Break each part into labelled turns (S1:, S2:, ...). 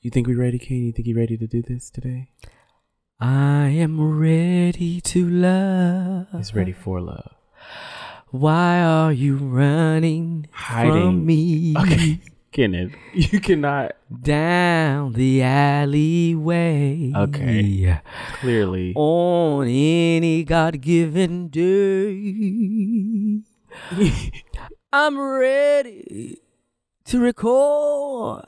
S1: You think we ready, King? You think you ready to do this today?
S2: I am ready to love.
S1: He's ready for love.
S2: Why are you running
S1: Hiding.
S2: from me?
S1: Okay, Kenneth, you cannot
S2: Down the alleyway.
S1: Okay. clearly.
S2: On any God given day. I'm ready to record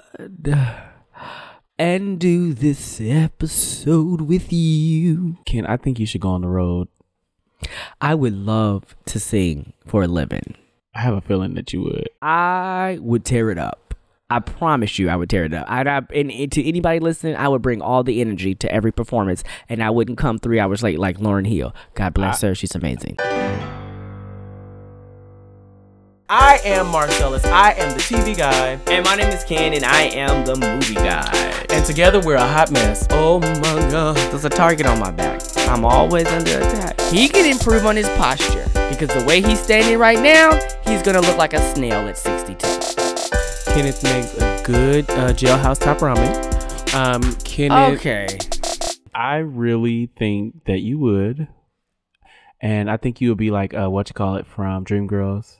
S2: and do this episode with you.
S1: Ken, I think you should go on the road.
S2: I would love to sing for a living.
S1: I have a feeling that you would.
S2: I would tear it up. I promise you, I would tear it up. I'd, I, and, and to anybody listening, I would bring all the energy to every performance, and I wouldn't come three hours late like Lauren Hill. God bless her; she's amazing.
S3: I am Marcellus. I am the TV guy.
S2: And my name is Ken, and I am the movie guy.
S3: And together we're a hot mess.
S2: Oh my God, there's a target on my back. I'm always under attack.
S3: He can improve on his posture because the way he's standing right now, he's gonna look like a snail at 62. Kenneth makes a good uh, jailhouse top ramen. Um, Kenneth.
S2: Okay.
S1: I really think that you would. And I think you would be like, uh, what you call it from Dreamgirls?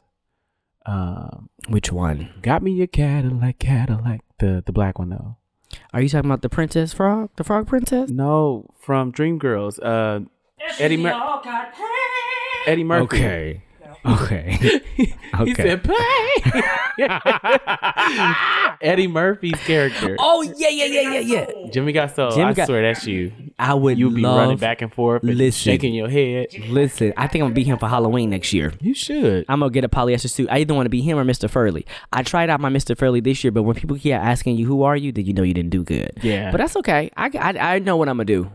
S1: Um,
S2: Which one?
S1: got me your Cadillac, Cadillac. The, the black one, though.
S2: Are you talking about the princess frog? The frog princess?
S1: No, from Dreamgirls. Uh, Eddie, Mur- Eddie Murphy.
S2: Okay.
S1: He said, play. Eddie Murphy's character.
S2: oh yeah, yeah, yeah, yeah, yeah.
S1: Jimmy Gasol,
S2: Jimmy
S1: I
S2: Ga-
S1: swear that's you.
S2: I would
S1: You'll be
S2: love,
S1: running back and forth and
S2: Listen.
S1: shaking your head.
S2: Listen, I think I'm gonna be him for Halloween next year.
S1: You should.
S2: I'm gonna get a polyester suit. I either want to be him or Mr. Furley. I tried out my Mr. Furley this year, but when people keep asking you who are you, then you know you didn't do good.
S1: Yeah.
S2: But that's okay. I, I, I know what I'm gonna do.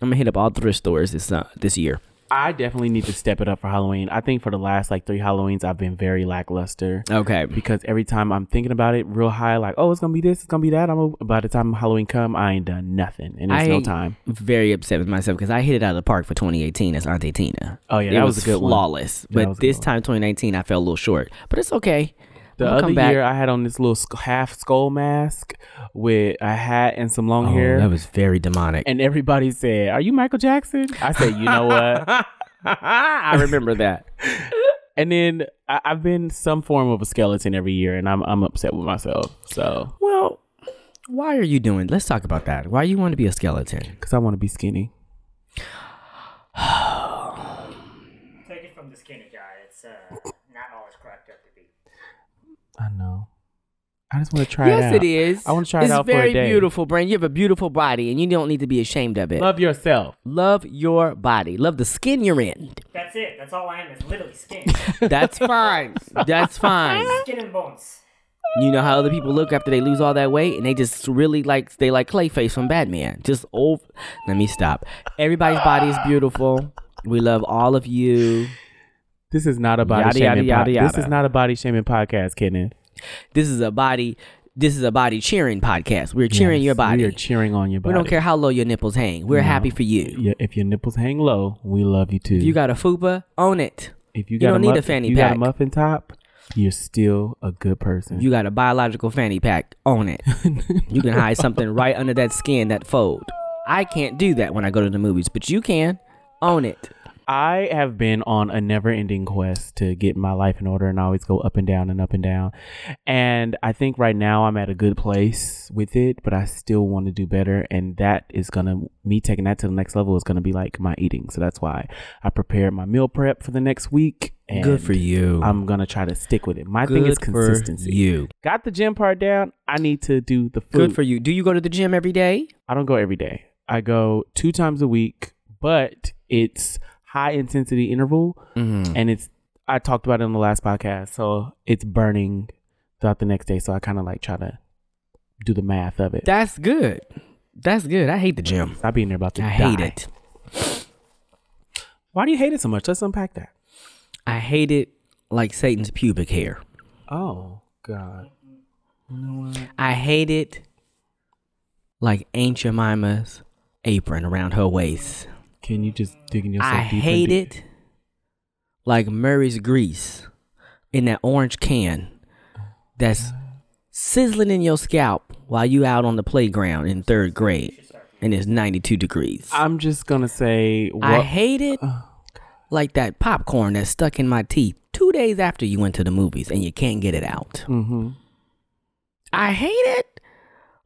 S2: I'm gonna hit up all thrift stores this uh, this year.
S1: I definitely need to step it up for Halloween. I think for the last like three Halloweens, I've been very lackluster
S2: Okay.
S1: because every time I'm thinking about it real high, like, oh, it's gonna be this, it's gonna be that. I'm a- by the time Halloween come, I ain't done nothing, and it's no
S2: I-
S1: time.
S2: Very upset with myself because I hit it out of the park for 2018 as Auntie Tina.
S1: Oh yeah,
S2: it
S1: that was, a good one.
S2: flawless.
S1: Yeah, that
S2: But
S1: was a good
S2: this
S1: one.
S2: time, 2019, I fell a little short. But it's okay.
S1: The
S2: I'ma
S1: other
S2: come back.
S1: year, I had on this little sk- half skull mask with a hat and some long
S2: Oh,
S1: hair.
S2: that was very demonic.
S1: and everybody said, "Are you Michael Jackson?" I said, "You know what?"
S2: I remember that.
S1: and then I, I've been some form of a skeleton every year, and I'm I'm upset with myself. So
S2: Well, why are you doing? Let's talk about that. Why you want to be a skeleton?
S1: because I want to be skinny.
S4: Take it from the skinny guy. It's uh, not always cracked up to be.
S1: I know. I just want to try.
S2: yes,
S1: it, out.
S2: it is.
S1: I wanna try it
S2: it's
S1: out for a
S2: very
S1: day.
S2: beautiful, Brain. You have a beautiful body, and you don't need to be ashamed of it. Love,
S1: Love yourself.
S2: your body. Love the skin you're in.
S4: That's it. That's all I am is literally skin.
S2: That's fine. That's fine.
S4: skin and bones.
S2: You know how other people look after they lose all that weight, and they just really like they like Clayface from Batman. Just old. Let me stop. Everybody's body is beautiful. We love all of you.
S1: This is not a body
S2: Yada,
S1: shaming.
S2: yada,
S1: po-
S2: yada,
S1: This is
S2: yada.
S1: not a body shaming podcast, Kenneth.
S2: This is a body. This is a body cheering podcast. We're cheering
S1: Yes,
S2: your body.
S1: We are cheering on your body.
S2: We don't care how low your nipples hang. We're happy for you.
S1: Yeah, if your nipples hang low, we love you too.
S2: If you got a fupa, own it.
S1: if you
S2: you
S1: got
S2: don't
S1: a
S2: need
S1: muff-
S2: a fanny
S1: if you got
S2: pack.
S1: a muffin top, you're still a good person.
S2: You got a biological fanny pack, own it. you can hide something right under that skin, that fold. I can't do that when I go to the movies, but you can. Own it.
S1: I have been on a never ending quest to get my life in order and I always go up and down and up and down. And I think right now I'm at a good place with it, but I still want to do better. And that is going to, me taking that to the next level is going to be like my eating. So that's why I prepared my meal prep for the next week. And
S2: Good for you.
S1: I'm going to try to stick with it. My
S2: Good
S1: thing is
S2: for
S1: consistency.
S2: you.
S1: Got the gym part down. I need to do the food.
S2: Good for you. Do you go to the gym every day?
S1: I don't go every day. I go two times a week, but it's high intensity interval
S2: Mm-hmm.
S1: and it's I talked about it on the last podcast, so it's burning throughout the next day. So I kind of like try to do the math of it.
S2: That's good. That's good. I hate the gym.
S1: I've been there about to
S2: I hate
S1: die.
S2: it.
S1: Why do you hate it so much? Let's unpack that.
S2: I hate it like Satan's pubic hair.
S1: Oh God,
S2: I hate it like Aunt Jemima's apron around her waist.
S1: can you just digging yourself?
S2: I
S1: deeper and
S2: hate
S1: deeper?
S2: it like Murray's grease in that orange can that's sizzling in your scalp while you out on the playground in third grade and it's 92 degrees. I,
S1: I'm just gonna say what
S2: hate it like that popcorn that's stuck in my teeth two days after you went to the movies and you can't get it out.
S1: Mhm.
S2: I hate it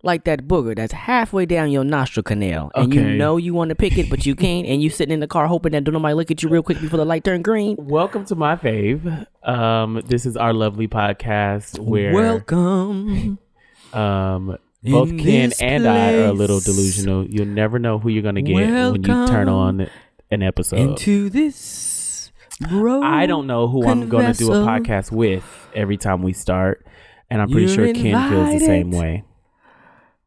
S2: like that booger that's halfway down your nostril canal and
S1: Okay.
S2: you know you want to pick it but you can't and you sitting in the car hoping that don't nobody look at you real quick before the light turn green.
S1: Welcome to my fave. Um, this is our lovely podcast where
S2: Welcome.
S1: um both
S2: in
S1: Ken
S2: this
S1: and I are a little
S2: place.
S1: delusional. You'll never know who you're gonna get when you turn
S2: Welcome
S1: on an episode.
S2: Into this, bro.
S1: Uh, I don't know who I'm going to do a
S2: Convesso.
S1: podcast with every time we start. And I'm pretty
S2: You're
S1: sure Ken feels the same
S2: invited.
S1: way.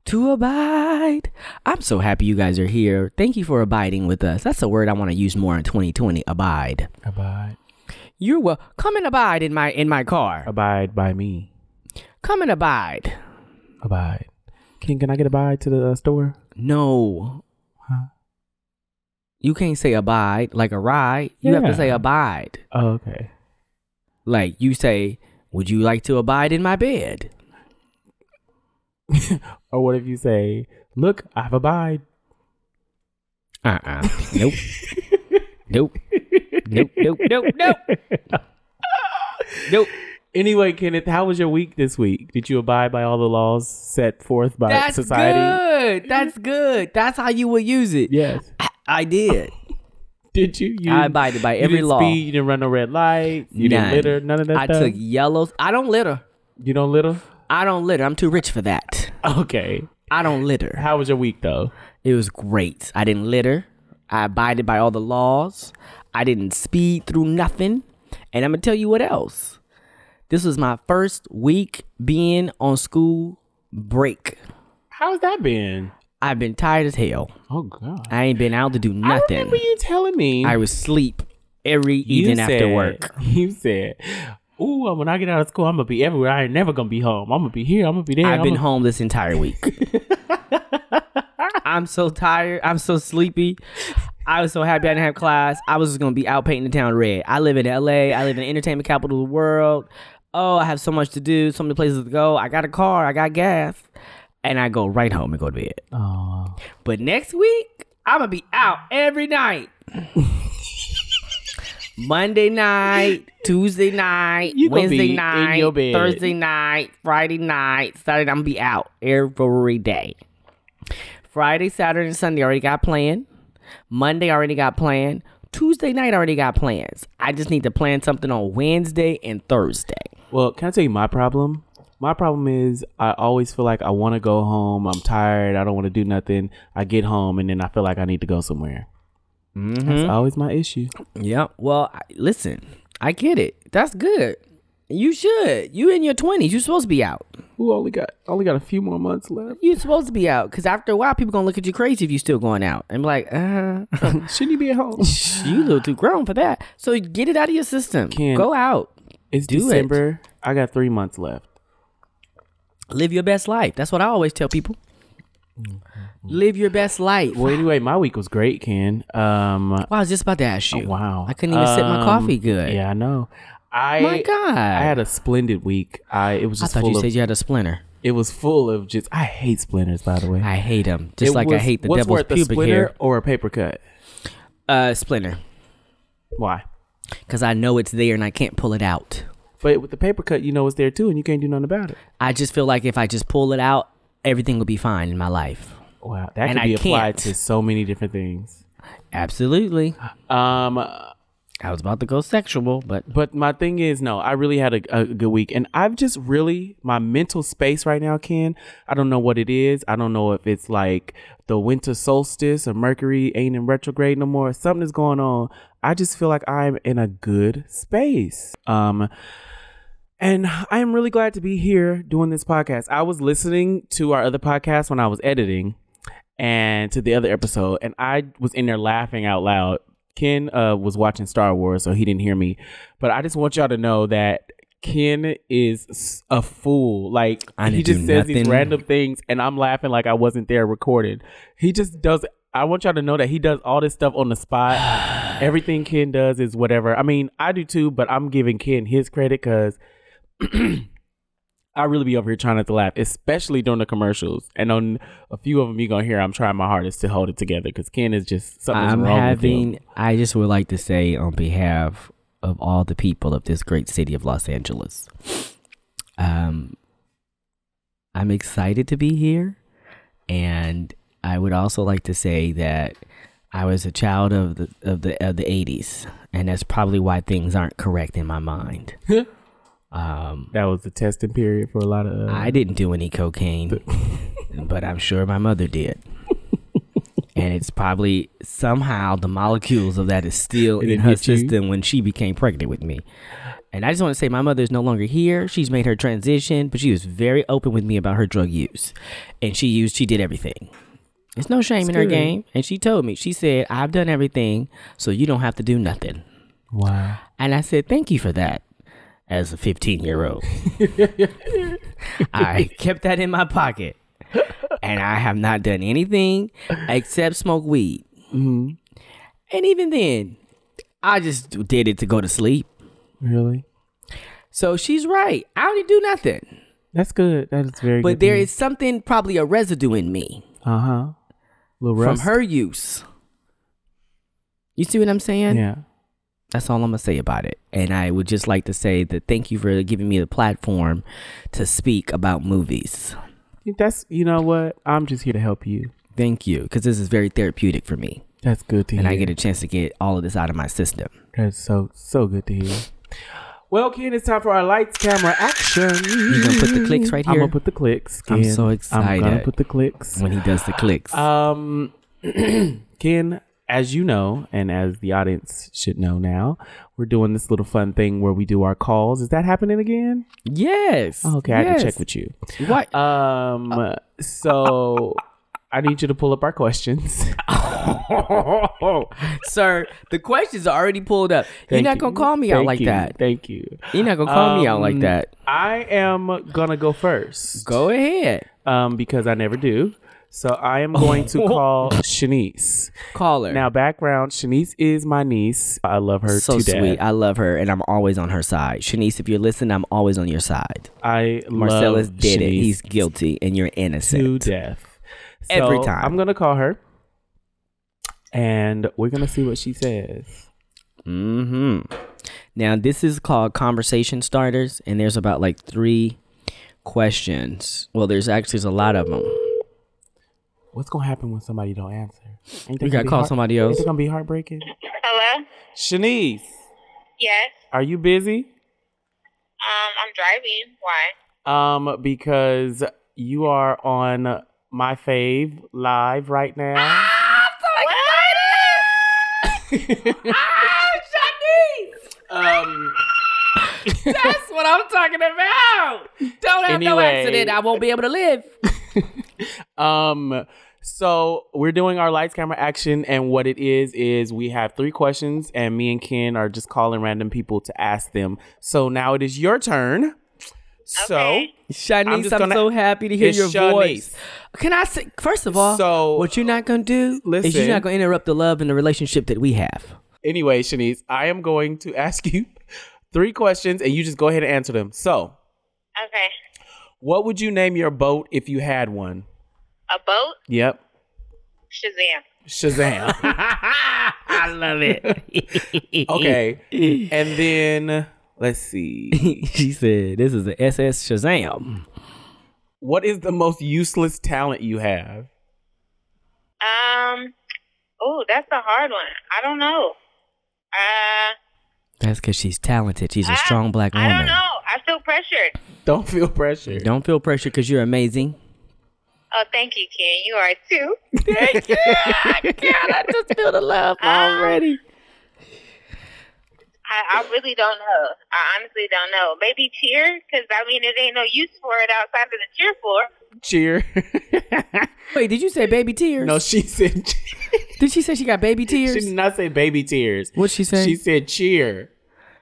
S2: to abide. I'm so happy you guys are here. Thank you for abiding with us. That's a word I want to use more in 2020. Abide.
S1: Abide.
S2: You're well. Come and abide in my in my car.
S1: Abide by me.
S2: Come and abide.
S1: Abide. Ken, can I get a bye to the uh, store?
S2: No.
S1: Huh?
S2: You can't say abide like a ride. You have
S1: Yeah.
S2: to say abide.
S1: Oh, okay.
S2: Like you say, would you like to abide in my bed?
S1: Or what if you say, look, I've abide.
S2: Uh-uh. Nope. nope. Nope. Nope. Nope. Nope. Nope.
S1: Anyway, Kenneth, how was your week this week? Did you abide by all the laws set forth by
S2: That's
S1: society?
S2: good. That's good. That's how you would use it.
S1: Yes.
S2: I, I did.
S1: Did you? you
S2: I abided by
S1: you
S2: every
S1: didn't
S2: law.
S1: Speed, you didn't run no red light. You
S2: None.
S1: didn't litter. None of that
S2: I
S1: stuff.
S2: took yellows. I don't litter.
S1: you don't litter?
S2: I don't litter. I'm too rich for that.
S1: Okay.
S2: I don't litter.
S1: How was your week, though?
S2: It was great. I didn't litter. I abided by all the laws. I didn't speed through nothing. And I'm going to tell you what else. This was my first week being on school break.
S1: How's that been?
S2: I've been tired as hell.
S1: Oh God!
S2: I ain't been out to do nothing.
S1: I remember you telling me.
S2: I was sleep every
S1: you
S2: evening after
S1: said-
S2: work.
S1: You said, "Ooh, when I get out of school, I'm gonna be everywhere. I ain't never gonna be home. I'm gonna be here. I'm gonna be there.
S2: I've
S1: I'm
S2: been
S1: gonna-"
S2: home this entire week. I'm so tired. I'm so sleepy. I was so happy I didn't have class. I was just gonna be out painting the town red. I live in LA. I live in the entertainment capital of the world. Oh, I have so much to do, so many places to go. I got a car. I got gas, and I go right home and go to bed.
S1: Aw.
S2: But next week, I'm gonna be out every night. Monday night, Tuesday night,
S1: You gonna
S2: Wednesday
S1: be in
S2: night,
S1: your bed.
S2: Thursday night, Friday night, Saturday. I'm gonna be out every day. Friday, Saturday, and Sunday already got planned. Monday already got planned. Tuesday night already got plans. I just need to plan something on Wednesday and Thursday.
S1: Well, can I tell you my problem? My problem is I always feel like I want to go home. I'm tired. I don't want to do nothing. I get home and then I feel like I need to go somewhere.
S2: Mm-hmm.
S1: That's always my issue.
S2: Yeah. Well, I- listen, I get it. That's good. You should. You in your twenties. You're supposed to be out.
S1: Who only got only got a few more months left?
S2: You're supposed to be out because after a while, people gonna look at you crazy if you still going out and be like, uh,
S1: Shouldn't you be at home?
S2: you little too grown for that. So get it out of your system.
S1: Ken.
S2: Go out,
S1: It's
S2: Do it.
S1: December. I got three months left.
S2: live your best life. That's what I always tell people.
S1: Mm-hmm.
S2: Live your best life.
S1: Well, anyway, my week was great, Ken. Um,
S2: Wow, I was just about to ask you.
S1: Oh, Wow. Um,
S2: I couldn't even sip my coffee good.
S1: Yeah, I know. I
S2: My God.
S1: I had a splendid week. I it was
S2: I
S1: just
S2: thought
S1: full
S2: you
S1: of
S2: said you had a splinter.
S1: it was full of just I hate splinters by the way.
S2: I hate them, just
S1: It
S2: like I
S1: was-
S2: hate the
S1: what's
S2: devil's
S1: worth, a
S2: pubic
S1: splinter
S2: hair.
S1: or a paper cut.
S2: Uh, splinter,
S1: Why?
S2: because I know it's there and I can't pull it out.
S1: But with the paper cut, you know it's there too, and you can't do nothing about it.
S2: I just feel like if I just pull it out, everything will be fine in my life.
S1: Wow, that
S2: And
S1: could
S2: I
S1: be applied
S2: can't.
S1: to so many different things.
S2: Absolutely.
S1: Um,
S2: I was about to go sexual, but
S1: But my thing is, no, I really had a, a good week, and I've just really my mental space right now, Ken. I don't know what it is. I don't know if it's like the winter solstice or Mercury ain't in retrograde no more. Something is going on. I just feel like I'm in a good space. Um, and I am really glad to be here doing this podcast. I was listening to our other podcast when I was editing, and to the other episode, and I was in there laughing out loud. Ken uh, was watching Star Wars, so he didn't hear me. But I just want y'all to know that Ken is s- a fool. Like
S2: I didn't
S1: he just
S2: do
S1: says these
S2: nothing.
S1: random things, and I'm laughing like I wasn't there recorded. He just does. I want y'all to know that he does all this stuff on the spot. Everything Ken does is whatever. I mean, I do too, but I'm giving Ken his credit because I really be over here trying not to laugh, especially during the commercials. And on a few of them, you gonna hear I'm trying my hardest to hold it together because Ken is just something's
S2: I'm
S1: wrong with him.
S2: having. I just would like to say on behalf of all the people of this great city of Los Angeles, um, I'm excited to be here, and I would also like to say that I was a child of the of the of the '80s, and that's probably why things aren't correct in my mind. um,
S1: That was the testing period for a lot of. uh,
S2: I didn't do any cocaine, but I'm sure my mother did. and it's probably somehow the molecules of that is still
S1: It
S2: in her
S1: hit you?
S2: system when she became pregnant with me. And I just want to say my mother is no longer here. She's made her transition, but she was very open with me about her drug use. And she used she did everything. It's no shame in her game. And she told me, she said, I've done everything, so you don't have to do nothing.
S1: wow.
S2: And I said, thank you for that as a 15 year old. I kept that in my pocket. And I have not done anything except smoke weed. And even then, I just did it to go to sleep.
S1: Really?
S2: So she's right. I only do nothing.
S1: That's good. That is very.
S2: But there is something, probably a residue in me
S1: Uh huh. Little
S2: from
S1: rust.
S2: her use. You see what I'm saying?
S1: Yeah.
S2: That's all I'm gonna say about it. And I would just like to say that thank you for giving me the platform to speak about movies.
S1: That's you know what. I'm just here to help you.
S2: Thank you, because this is very therapeutic for me,
S1: That's good to
S2: and
S1: hear.
S2: I get a chance to get all of this out of my system.
S1: That's so so good to hear. Well, Ken, it's time for our lights, camera, action.
S2: You gonna put the clicks right
S1: I'm
S2: here
S1: gonna put the clicks.
S2: I'm
S1: Ken.
S2: so
S1: I'm gonna
S2: excited.
S1: put the clicks.
S2: when he does the clicks.
S1: Um, Ken, as you know, and as the audience should know now, we're doing this little fun thing where we do our calls. Is that happening again?
S2: yes.
S1: oh, Okay, I have to check with you.
S2: you. What?
S1: Um, so I need you to pull up our questions.
S2: Sir, the questions are already pulled up. You're
S1: Oh. Thank
S2: not
S1: you.
S2: gonna call me out
S1: Thank
S2: like
S1: you.
S2: that.
S1: Thank you.
S2: You're not gonna call me out like
S1: Um,
S2: that.
S1: I am gonna go first.
S2: Go ahead,
S1: Um, because I never do. So I am going to call Shanice.
S2: call her.
S1: Now, background: Shanice is my niece. I love her
S2: so
S1: to death.
S2: sweet. I love her, and I'm always on her side. Shanice, if you're listening, I'm always on your side.
S1: I
S2: Marcellus
S1: love
S2: did it.
S1: Shanice
S2: He's guilty, and you're
S1: to
S2: innocent.
S1: death
S2: Every
S1: So,
S2: time.
S1: I'm gonna call her, and we're gonna see what she says.
S2: hmm Now this is called conversation starters, and there's about like three questions. Well, there's actually there's a lot of them.
S1: What's gonna happen when somebody don't answer? Ain't that gonna
S2: We gotta
S1: be
S2: call somebody else.
S1: Ain't it gonna be heartbreaking?
S5: Hello?
S1: Shanice,
S5: Yes.
S1: are you busy?
S5: Um, I'm driving. Why?
S1: Um, because you are on my fave live right now. Um,
S2: That's what I'm talking about. Don't have
S1: no Anyway. accident, I
S2: won't be able to live.
S1: um, so we're doing our lights, camera, action, and what it is is we have three questions, and me and Ken are just calling random people to ask them. So now it is your turn. So
S5: Okay.
S1: I'm
S2: Shanice, I'm,
S1: just gonna-
S2: so happy to hear
S1: It's
S2: your
S1: Shanice.
S2: voice. Can I say first of all,
S1: So-
S2: what you're not gonna do is
S1: Listen.
S2: you're not gonna interrupt the love and the relationship that we have.
S1: anyway, Shanice, I am going to ask you three questions, and you just go ahead and answer them. So,
S5: Okay.
S1: what would you name your boat if you had one?
S5: A boat?
S1: Yep,
S5: Shazam.
S1: Shazam.
S2: I love it.
S1: okay, and then let's see.
S2: she said, "This is the SS Shazam."
S1: What is the most useless talent you have?
S5: Um, oh, that's a hard one. I don't know. Uh,
S2: That's because she's talented. She's
S5: I-
S2: a strong black
S5: I
S2: woman.
S5: don't know. I feel pressured.
S1: Don't feel pressure.
S2: Don't feel pressure because you're amazing.
S5: Oh, thank you, Ken. You are too.
S2: I just feel the love
S1: Ah.
S5: already. I, I really don't know. I honestly don't know. Maybe cheer, because I mean, it ain't no use for it outside of the cheer floor.
S1: cheer.
S2: Wait, did you say baby tears?
S1: no, she said
S2: did she say she got baby
S1: she
S2: tears?
S1: did not say baby tears.
S2: What'd she say?
S1: She said cheer.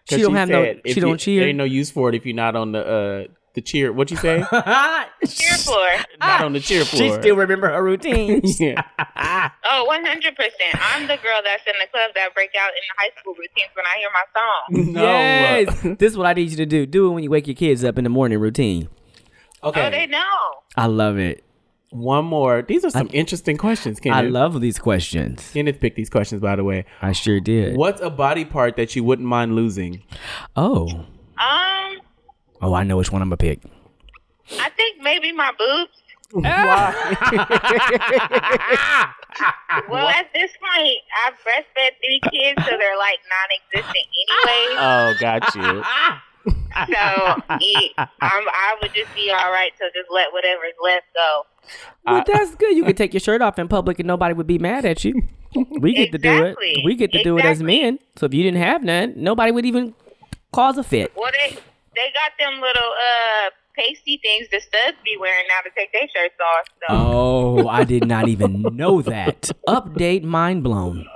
S1: 'Cause
S2: She don't have no-
S1: said
S2: she
S1: if you-
S2: don't cheer?
S1: Ain't no use for it if you're not on the uh the cheer. What you say?
S5: Cheer floor.
S1: not on the cheer
S2: she
S1: floor.
S2: still remember her routine.
S1: yeah.
S5: Oh, 100%. I'm the girl that's in the club that break out in the high school routines when I hear my song.
S1: No.
S2: Yes, this is what I need you to do. Do it when you wake your kids up in the morning routine.
S5: Oh, they
S1: Okay,
S5: know.
S2: I love it.
S1: one more. These are some interesting questions. Kenneth.
S2: I love these questions.
S1: Kenneth picked these questions, by the way.
S2: I sure did.
S1: What's a body part that you wouldn't mind losing?
S2: Oh.
S5: Um,
S2: Oh, I know which one I'm gonna pick.
S5: I think maybe my boobs. Well, at this point, I've breastfed three kids, so they're like non-existent anyway.
S1: Oh, got you.
S5: So it, I'm, I would just be all right. So just let whatever's left go.
S2: Well, that's good. You could take your shirt off in public and nobody would be mad at you. We get to do
S5: Exactly.
S2: it. We get to do it as
S5: Exactly.
S2: men. So if you didn't have none, nobody would even cause a fit.
S5: Well, they they got them little uh pasty things the studs be wearing now to take their shirts off. So
S2: Oh, I did not even know that. Update mind blown.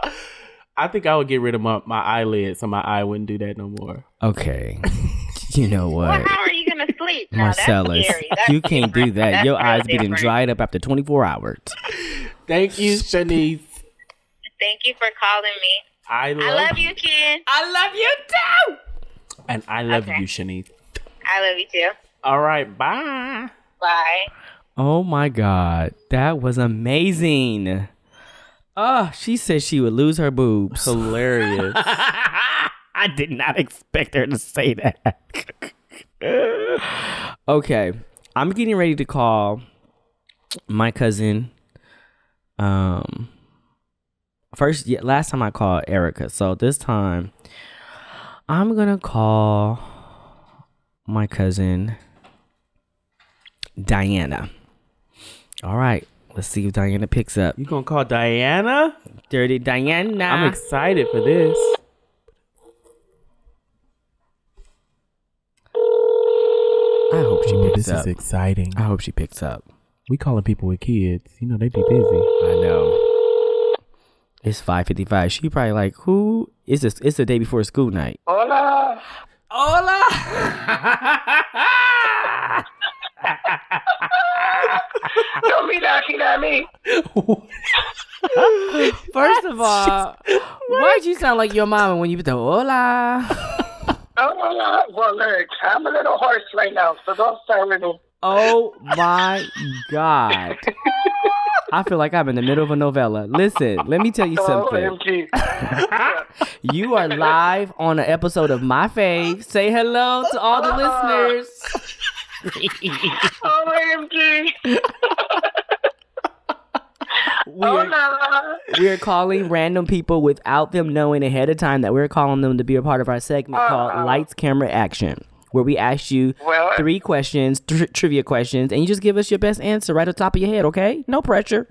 S1: I think I would get rid of my, my eyelid so my eye wouldn't do that no more.
S2: Okay. You know
S5: well,
S2: what?
S5: how are you gonna sleep, now? That's
S2: Marcellus,
S5: scary. That's
S2: you can't do
S5: different.
S2: that.
S5: That's
S2: Your
S5: real
S2: eyes getting
S5: different.
S2: dried up after 24 hours.
S1: Thank you, Shanice.
S5: Thank you for calling me.
S1: I love,
S5: I love you, Ken.
S1: And I love
S5: Okay.
S1: you, Shanice.
S5: I love you too.
S1: All right, bye.
S5: Bye.
S2: Oh my God. That was amazing. Oh, she said she would lose her boobs.
S1: Hilarious.
S2: I did not expect her to say that. okay, I'm getting ready to call my cousin. Um, first, yeah, last time I called Erica, so this time I'm gonna call my cousin Diana. All right, let's see if Diana picks up.
S1: you gonna call Diana?
S2: Dirty Diana.
S1: I'm excited for this.
S2: I hope she
S1: Ooh,
S2: picks
S1: this
S2: up.
S1: is exciting.
S2: I hope she picks up.
S1: We calling people with kids. You know they be busy.
S2: I know. It's five fifty five. She probably like, who is this? It's the day before school night.
S6: Don't be knocking at me.
S2: First of all, why'd you sound like your mama when you put the hola?
S6: Oh, well, uh, well, look, I'm a little hoarse right now, so don't start with me.
S2: Oh my god. I feel like I'm in the middle of a novella. Listen, let me tell you
S6: Oh,
S2: something.
S6: OMG.
S2: You are live on an episode of My Fave. Say hello to all the listeners.
S6: Oh, OMG.
S2: We
S6: Oh,
S2: are-
S6: no.
S2: we're calling random people without them knowing ahead of time that we're calling them to be a part of our segment called Lights, Camera, Action, where we ask you
S6: Well, uh,
S2: three questions, tr- trivia questions, and you just give us your best answer right off the top of your head, okay? No pressure.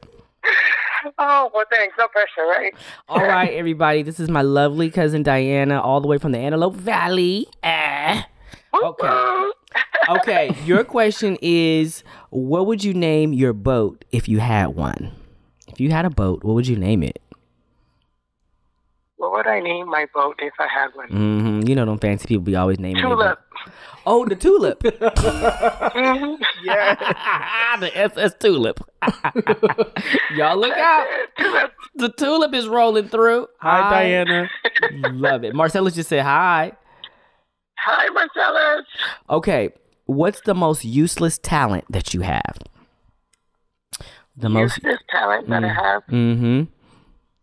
S6: oh, well, thanks. No pressure, right?
S2: All right, everybody. This is my lovely cousin Diana, all the way from the Antelope Valley. Ah. Okay. Okay, your question is what would you name your boat if you had one? If you had a boat, what would you name it?
S6: What would I name my boat if I had one?
S2: hmm You know, them fancy people be always naming their boat.
S6: Tulip.
S2: Oh, the tulip.
S6: Mhm.
S2: the SS tulip. Y'all look out.
S6: Tulip.
S2: The tulip is rolling through.
S1: Hi, Diana.
S2: Love it. Marcella just said hi.
S6: Hi, Marcellus.
S2: Okay. What's the most useless talent that you have? The most.
S6: Useless talent that I have.
S2: Mm hmm.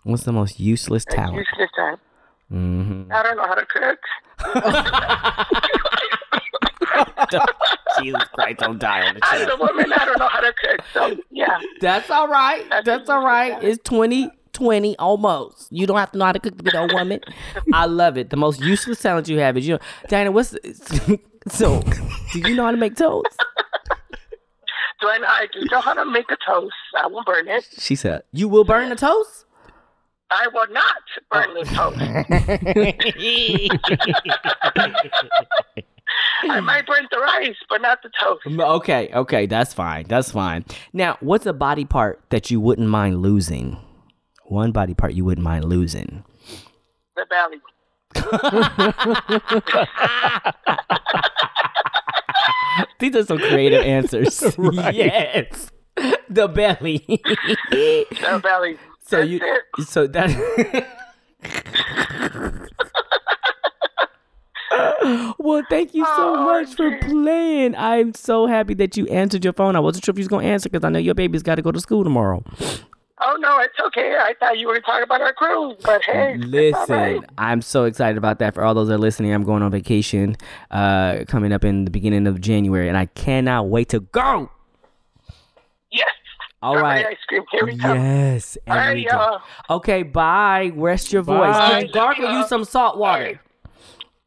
S2: What's the most useless talent?
S6: Useless talent.
S2: Mm
S6: I don't know how to cook.
S2: hmm. Jesus Christ, don't die on the
S6: As a woman, I don't know how to cook. So, yeah.
S2: That's all right.
S6: That's
S2: That's all right. It's 2020 almost. You don't have to know how to cook to be a woman. I love it. The most useless talent you have is you know, Diana, what's so do you know how to make toast?
S6: Do I know, I do know how to make a toast? I won't burn it.
S2: She said, You will burn the toast?
S6: I will not burn the toast. I might burn the rice, but not the toast.
S2: Okay, okay, that's fine. That's fine. Now, what's a body part that you wouldn't mind losing? One body part you wouldn't mind losing.
S6: The belly.
S2: These are some creative answers. Yes. The belly.
S6: The belly.
S2: So
S6: That's
S2: you,
S6: it.
S2: so that well, thank you so
S6: Aw,
S2: much for
S6: dude.
S2: playing. I'm so happy that you answered your phone. I wasn't sure if you was gonna answer because I know your baby's got to go to school tomorrow.
S6: Oh no, it's okay. I thought you were talking about our cruise, but hey, it's all right.
S2: Listen, I'm so excited about that. For all those that are listening, I'm going on vacation uh, coming up in the beginning of January, and I cannot wait to go.
S6: yes.
S2: All
S6: Strawberry
S2: right.
S6: ice cream. Here we come.
S2: Yes.
S6: All
S2: and
S6: right,
S2: we go.
S6: y'all.
S2: Okay, bye. Rest your voice.
S1: Bye.
S2: And Gargle you some salt water.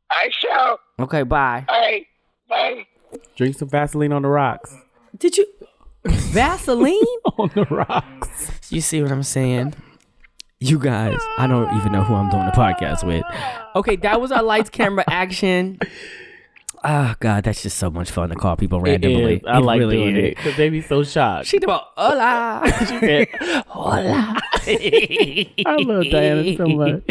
S6: I shall.
S2: Okay, bye.
S6: All right. Bye.
S1: Drink some Vaseline on the rocks.
S2: Did you Vaseline?
S1: On the rocks.
S3: You see what I'm saying?
S2: you guys, I don't even know who I'm doing the podcast with. Okay, that was our lights, camera, action. Ah, God, that's just so much fun to call people randomly.
S1: I like
S2: really
S1: doing
S2: is.
S1: it because they be so shocked.
S2: She did about hola. hola.
S1: I love Diana so much.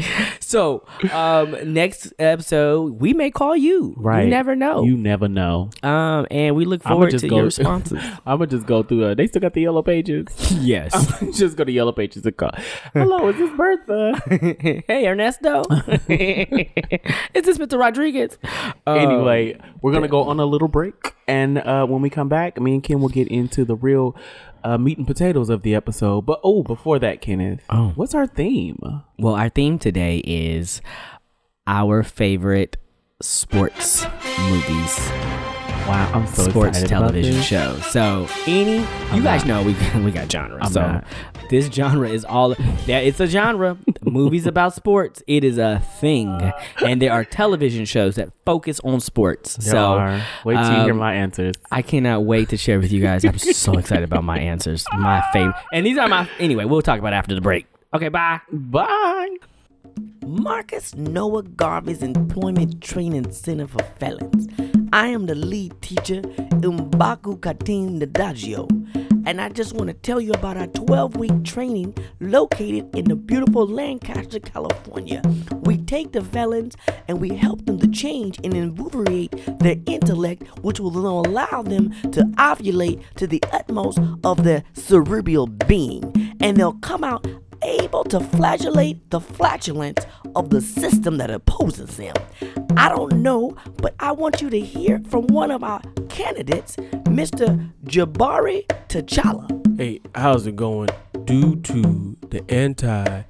S2: So, um, next episode we may call you.
S1: Right.
S2: You never know.
S1: You never know.
S2: um, and we look
S1: I'ma
S2: forward
S1: just
S2: to
S1: go-
S2: your responses.
S1: I'ma just go through. Uh, they still got the yellow pages.
S2: yes.
S1: just go to yellow pages and call. Hello, is this Bertha?
S2: hey Ernesto. Is this Mr. Rodriguez? Um,
S1: anyway, we're gonna go on a little break, and uh, when we come back, me and Ken will get into the real uh, meat and potatoes of the episode. But oh, before that, Kenneth,
S2: Oh.
S1: what's our theme?
S2: Um, Well, our theme today is our favorite sports movies,
S1: Wow, I'm so
S2: sports
S1: excited
S2: television
S1: about this.
S2: show. So, any you guys know we we got genres.
S1: I'm
S2: so,
S1: not.
S2: this genre is all that it's a genre. movies about sports. It is a thing, and there are television shows that focus on sports.
S1: There
S2: so,
S1: are. wait till you hear
S2: um,
S1: my answers.
S2: I cannot wait to share with you guys. I'm so excited about my answers. My favorite. And these are my. Anyway, we'll talk about it after the break. Okay, bye.
S1: Bye.
S7: Marcus Noah Garvey's Employment Training Center for Felons. I am the lead teacher, Mbaku Katim Nadagio, and I just want to tell you about our 12 week training located in the beautiful Lancaster, California. We take the felons and we help them to change and invigoreate their intellect, which will then allow them to ovulate to the utmost of their cerebral being, and they'll come out able to flagellate the flatulence of the system that opposes him. I don't know, but I want you to hear from one of our candidates, Mr. Jabari T'Challa.
S3: Hey, how's it going? Due to the anti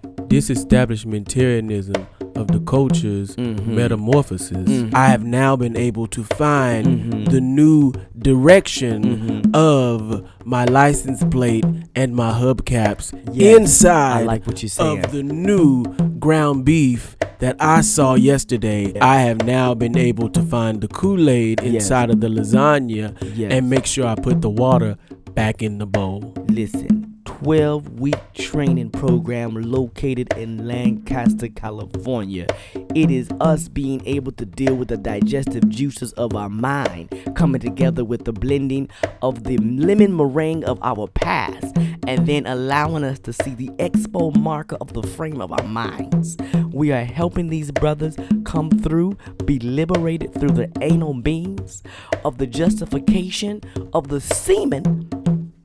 S3: disestablishmentarianism of the culture's
S2: Mm-hmm.
S3: metamorphosis, I have now been able to find
S2: Mm-hmm.
S3: the new direction of my license plate and my hubcaps
S2: Yes,
S3: inside
S2: I like what you're
S1: Um,
S2: saying.
S3: of the new ground beef that I saw yesterday. I have now been able to find the Kool Aid inside of the lasagna
S2: Yes.
S3: and make sure I put the water back in the bowl.
S7: Listen, 12 week training program located in Lancaster, California. It is us being able to deal with the digestive juices of our mind, coming together with the blending of the lemon meringue of our past, and then allowing us to see the expo marker of the frame of our minds. We are helping these brothers come through, be liberated through the anal beams of the justification of the semen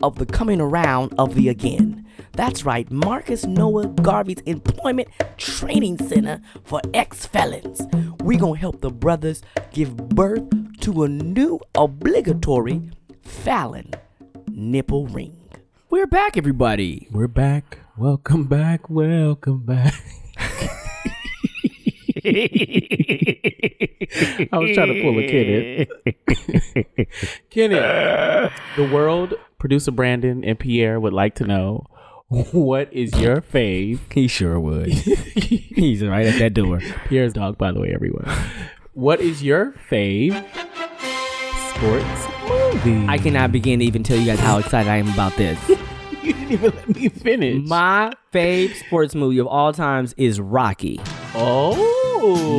S7: of the coming around of the again. That's right, Marcus Noah Garvey's Employment Training Center for ex felons. we gonna help the brothers give birth to a new obligatory Fallon nipple ring.
S2: We're back, everybody.
S1: We're back. Welcome back. Welcome back. I was trying to pull a Kenneth. Kenneth, the world, producer Brandon and Pierre would like to know what is your fave?
S2: He sure would. He's right at that door.
S1: Pierre's dog, by the way, everyone. What is your fave sports movie?
S2: I cannot begin to even tell you guys how excited I am about this.
S1: you didn't even let me finish.
S2: My fave sports movie of all times is Rocky.
S1: oh,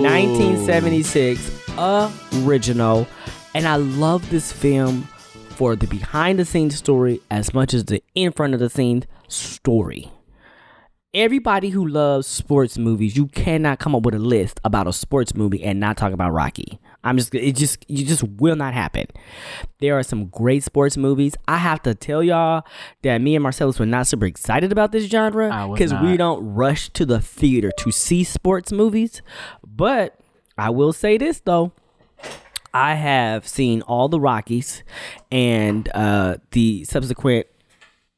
S2: 1976 original. And I love this film for the behind the scenes story as much as the in front of the scenes story. Everybody who loves sports movies, you cannot come up with a list about a sports movie and not talk about Rocky. I'm just it just you just will not happen. There are some great sports movies. I have to tell y'all that me and Marcellus were not super excited about this genre
S1: I was
S2: because we
S1: not.
S2: don't rush to the theater to see sports movies, but I will say this though. I have seen all the Rockies and uh the subsequent,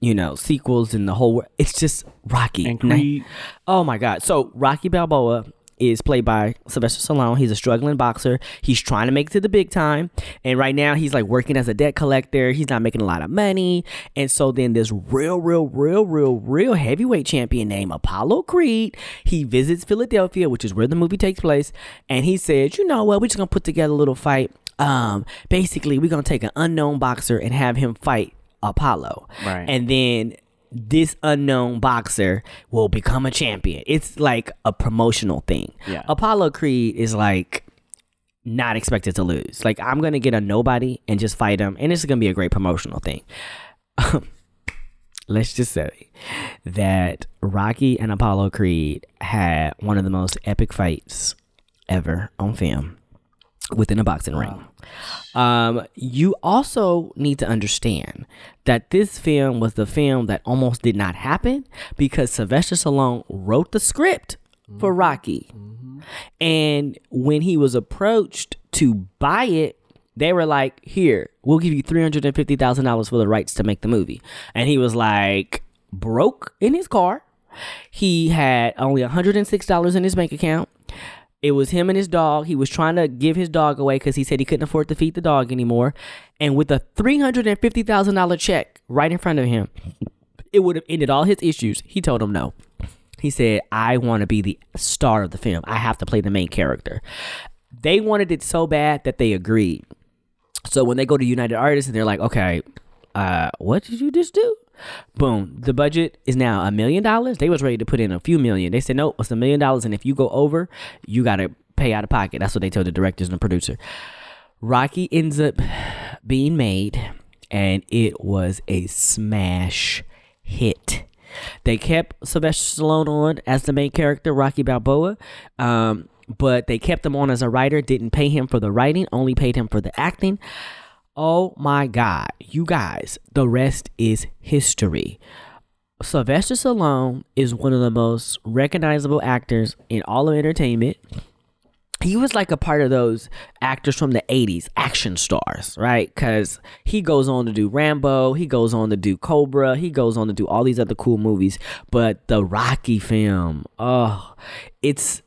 S2: you know, sequels and the whole wor- it's just Rocky.
S1: And
S2: Now-
S1: Creed.
S2: Oh my God. So Rocky Balboa is played by Sylvester Stallone. He's a struggling boxer. He's trying to make it to the big time. And right now he's like working as a debt collector. He's not making a lot of money. And so then this real, real, real, real, real heavyweight champion named Apollo Creed, he visits Philadelphia, which is where the movie takes place. And he says, you know what, we're just gonna put together a little fight. Um, basically we're gonna take an unknown boxer and have him fight Apollo.
S1: Right.
S2: And then this unknown boxer will become a champion. It's like a promotional thing.
S1: Yeah.
S2: Apollo Creed is like not expected to lose. Like I'm gonna get a nobody and just fight him, and it's gonna be a great promotional thing. Let's just say that Rocky and Apollo Creed had one of the most epic fights ever on film within a boxing ring. Um, you also need to understand that this film was the film that almost did not happen because Sylvester Stallone wrote the script for Rocky. And when he was approached to buy it, they were like, Here, we'll give you $350,000 for the rights to make the movie. And he was like, Broke in his car. He had only $106 in his bank account. It was him and his dog. He was trying to give his dog away because he said he couldn't afford to feed the dog anymore. And with a $350,000 check right in front of him, it would have ended all his issues. He told him no. He said, I want to be the star of the film. I have to play the main character. They wanted it so bad that they agreed. So when they go to United Artists and they're like, okay, uh, what did you just do? Boom. The budget is now a million dollars. They was ready to put in a few million. They said, no, it's a million dollars. And if you go over, you got to pay out of pocket. That's what they told the directors and the producer. Rocky ends up being made, and it was a smash hit. They kept Sylvester Stallone on as the main character, Rocky Balboa, um, but they kept him on as a writer, didn't pay him for the writing, only paid him for the acting. Oh my God, you guys, the rest is history. Sylvester Stallone is one of the most recognizable actors in all of entertainment he was like a part of those actors from the 80s action stars right because he goes on to do rambo he goes on to do cobra he goes on to do all these other cool movies but the rocky film oh it's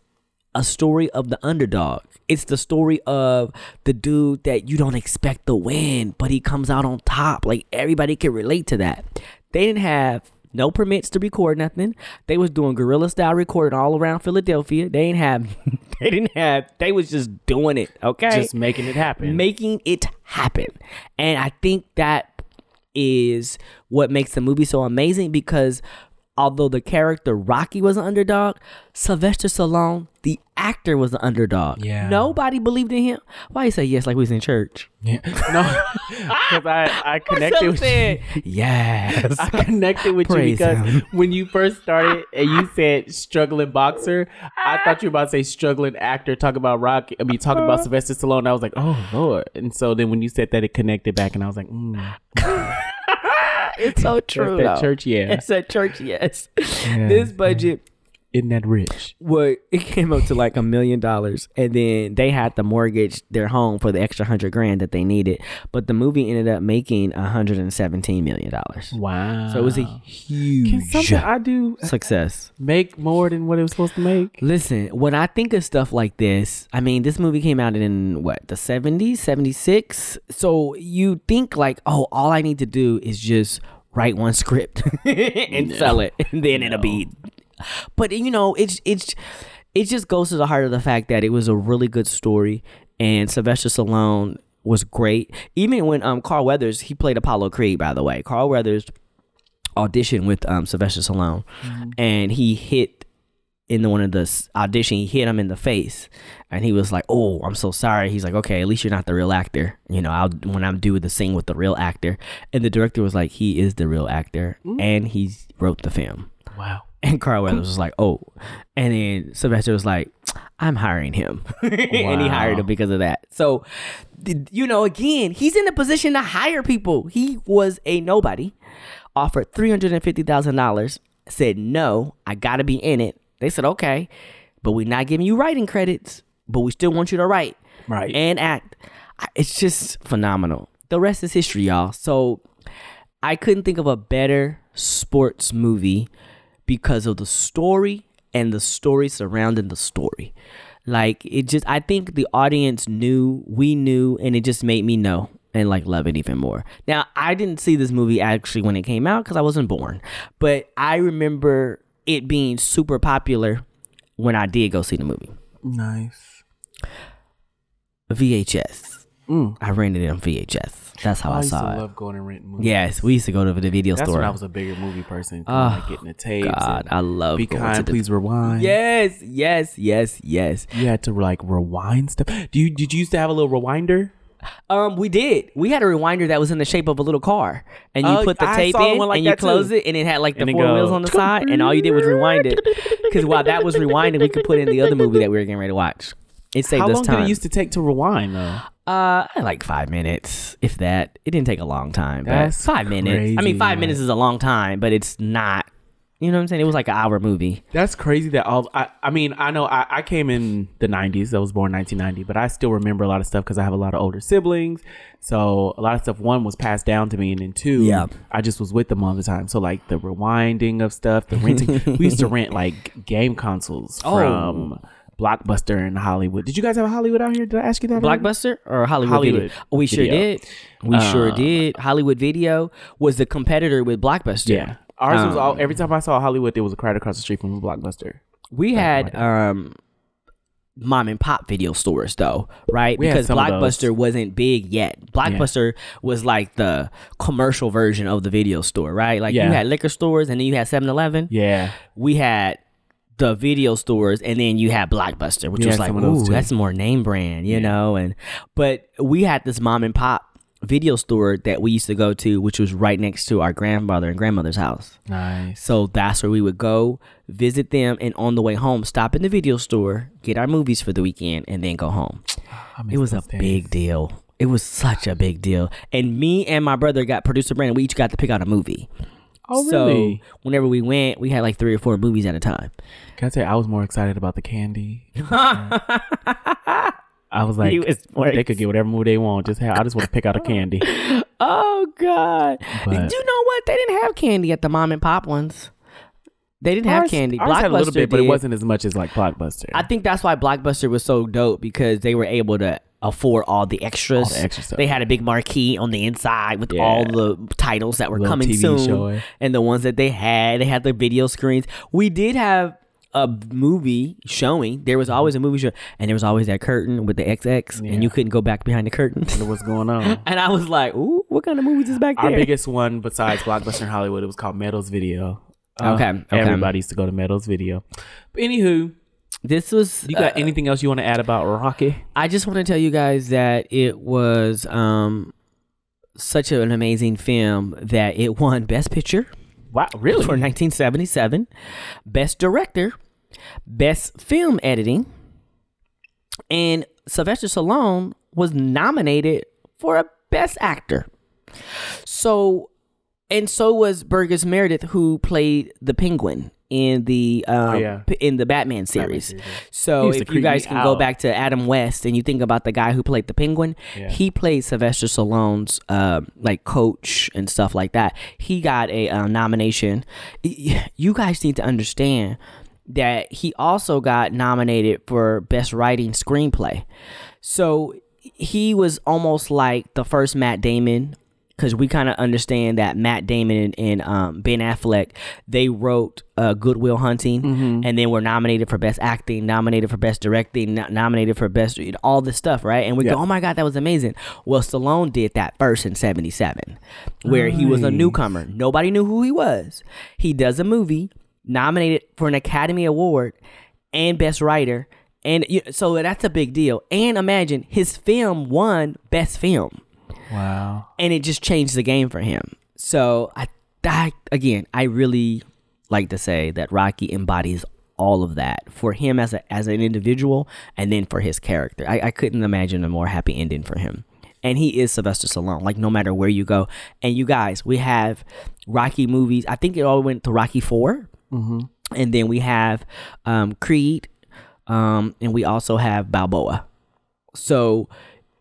S2: a story of the underdog it's the story of the dude that you don't expect to win but he comes out on top like everybody can relate to that they didn't have no permits to record nothing. They was doing guerrilla style recording all around Philadelphia. They ain't have, they didn't have. They was just doing it. Okay,
S1: Just making it happen.
S2: making it happen. And I think that is what makes the movie so amazing because although the character Rocky was an underdog, Sylvester Stallone, the actor, was the underdog.
S1: Yeah.
S2: Nobody believed in him. Why you say yes like we was in church?
S1: Yeah. No, because I, I connected with you.
S2: Yes.
S1: I connected with
S2: Praise
S1: you because
S2: him.
S1: when you first started and you said struggling boxer, I thought you were about to say struggling actor. Talk about Rocky. I mean, talking about Sylvester Stallone. I was like, oh lord. And so then when you said that, it connected back, and I was like, mm,
S2: it's so true.
S1: that
S2: though.
S1: church, yeah,
S2: It's at church, yes. This budget
S1: isn't that rich?
S2: Well, it came up to like a million dollars, and then they had to mortgage their home for the extra hundred grand that they needed. But the movie ended up making a hundred and seventeen million dollars.
S1: Wow.
S2: So it was a
S1: Can
S2: huge
S1: something I do
S2: success.
S1: make more than what it was supposed to make?
S2: Listen, when I think of stuff like this, I mean, this movie came out in what, the 70s, 76? So you think, like, oh, all I need to do is just write one script and sell it, and then it'll be. But, you know, it's, it's, it just goes to the heart of the fact that it was a really good story, and Sylvester Stallone was great. Even when um Carl Weathers, he played Apollo Creed, by the way. Carl Weathers auditioned with um Sylvester Stallone, and he hit in the one of the s- audition, he hit him in the face, and he was like, "Oh, I'm so sorry." He's like, "Okay, at least you're not the real actor." You know, I'll when I'm due with the scene with the real actor, and the director was like, "He is the real actor," and he wrote the film.
S1: Wow.
S2: And Carl Weathers was like, "Oh," and then Sylvester was like, "I'm hiring him," and he hired him because of that. So, th- you know, again, he's in a position to hire people. He was a nobody, offered three hundred and fifty thousand dollars, said no, I got to be in it. They said okay, but we're not giving you writing credits. but we still want you to write
S1: Right.
S2: and act. I- It's just phenomenal. The rest is history, y'all. So I couldn't think of a better sports movie because of the story and the story surrounding the story. Like it just I think the audience knew, we knew, and it just made me know and like love it even more. Now, I didn't see this movie actually when it came out cuz I wasn't born, but I remember it being super popular when I did go see the movie.
S1: nice.
S2: VHS.
S1: Mm.
S2: I rented it on VHS. That's how
S1: Oh, I
S2: I,
S1: used to
S2: saw it.
S1: love going and renting movies.
S2: yes, we used to go to the video
S1: That's
S2: store.
S1: when I was a bigger movie person.
S2: Oh,
S1: like getting the tapes.
S2: God,
S1: and
S2: I love
S1: Be
S2: going to
S1: kind,
S2: the-
S1: please rewind.
S2: Yes, yes, yes, yes.
S1: You had to like rewind stuff. Do you did you used to have a little rewinder?
S2: Um, we did. We had a rewinder that was in the shape of a little car, and you
S1: Oh,
S2: put the
S1: I
S2: tape
S1: saw
S2: in
S1: one like
S2: and you
S1: that, too.
S2: close it, and it had like the
S1: And it
S2: four wheels
S1: go,
S2: on the side, and all you did was rewind it. Because while that was rewinding, we could put in the other movie that we were getting ready to watch. It saved
S1: How
S2: us
S1: long
S2: time.
S1: did it used to take to rewind though?
S2: Uh, like five minutes, if that. It didn't take a long time. But
S1: That's
S2: five minutes. I mean,
S1: crazy,
S2: five
S1: man.
S2: minutes is a long time, but it's not. You know what I'm saying? It was like an hour movie.
S1: That's crazy that all I, I mean, I know I, I came in the nineties, I was born nineteen ninety, but I still remember a lot of stuff because I have a lot of older siblings. So a lot of stuff one was passed down to me and then two
S2: Yeah.
S1: I just was with them all the time. So like the rewinding of stuff, the renting we used to rent like game consoles
S2: Oh.
S1: from Blockbuster in Hollywood. Did you guys have a Hollywood out here? Did I ask you that? already?
S2: Blockbuster or Hollywood?
S1: Hollywood
S2: Video? We sure
S1: Video.
S2: did. We sure
S1: Uh,
S2: did. Hollywood Video was the competitor with Blockbuster.
S1: Yeah. Ours was
S2: Um,
S1: all every time I saw Hollywood, there was a crowd across the street from Blockbuster.
S2: We had um mom and pop video stores though, right?
S1: We had
S2: because
S1: some of those.
S2: Blockbuster wasn't big yet. Blockbuster was like the commercial version of the video store, right? Like you
S1: Yeah.
S2: had liquor stores and then you had 7-Eleven.
S1: Yeah.
S2: We had the video stores and then you had Blockbuster, which
S1: We
S2: was
S1: had
S2: like,
S1: some of those
S2: ooh,
S1: too.
S2: that's more name brand, you know, and but we had this mom and pop video store that we used to go to, which was right next to our grandfather and grandmother's house.
S1: Nice.
S2: So that's where we would go, visit them, and on the way home, stop in the video store, get our movies for the weekend, and then go home. It was a big deal. It was such a big deal. And me and my brother got producer Brandon, we each got to pick out a movie.
S1: Oh
S2: so
S1: really?
S2: whenever we went, we had like three or four movies at a time.
S1: Can I say I was more excited about the candy? I was like,
S2: He was more
S1: they could get whatever movie they want. Just have, I just want to pick out a candy.
S2: Oh God!
S1: But-
S2: Do you know what? They didn't have candy at the mom and pop ones. They didn't have
S1: Ours-
S2: candy.
S1: ours had a little
S2: Blockbuster
S1: bit, but it
S2: did.
S1: wasn't as much as like Blockbuster.
S2: I think that's why Blockbuster was so dope because they were able to afford all the extras.
S1: All the extra stuff.
S2: They had a big marquee on the inside with
S1: Yeah.
S2: all the titles that were
S1: Little
S2: coming
S1: TV
S2: soon,
S1: showing.
S2: and the ones that they had. They had the video screens. We did have a movie showing. There was always a movie show, and there was always that curtain with the XX, and you couldn't go back behind the curtain.
S1: what's going on.
S2: and I was like, "Ooh, what kind of movies is back
S1: Our
S2: there?"
S1: biggest one besides Blockbuster in Hollywood, it was called Meadows Video. Uh,
S2: Okay, okay.
S1: Everybody used to go to Meadows Video. But anywho,
S2: this was.
S1: you got
S2: uh,
S1: anything else you want to add about Rocky?
S2: I just want to tell you guys that it was um, such an amazing film that it won Best Picture
S1: Wow, really?
S2: for 1977, Best Director, Best Film Editing, and Sylvester Stallone was nominated for a Best Actor. So, and so was Burgess Meredith, who played the Penguin in the um,
S1: Oh, yeah.
S2: p- in the Batman series.
S1: He
S2: So
S1: used to
S2: if you
S1: creep
S2: guys
S1: me
S2: can go
S1: out.
S2: back to Adam West and you think about the guy who played the Penguin,
S1: Yeah.
S2: he played Sylvester Stallone's uh, like coach and stuff like that. He got a uh, nomination. Y- You guys need to understand that he also got nominated for best writing screenplay. So he was almost like the first Matt Damon because we kind of understand that Matt Damon and, and um, Ben Affleck they wrote uh, Goodwill Hunting and then were nominated for Best Acting, nominated for Best Directing, no- nominated for Best you know, all this stuff, right? And we go, oh my god, that was amazing. Well, Stallone did that first in '77, where he was a newcomer. Nobody knew who he was. He does a movie nominated for an Academy Award and Best Writer. And you, so that's a big deal. And imagine his film won Best Film
S1: Wow.
S2: and it just changed the game for him. So I, I again, I really like to say that Rocky embodies all of that for him as a as an individual, and then for his character. I, I couldn't imagine a more happy ending for him. And he is Sylvester Stallone. Like no matter where you go, and you guys, we have Rocky movies. I think it all went to Rocky 4 and then we have um, Creed.
S8: um, and we also have Balboa. So,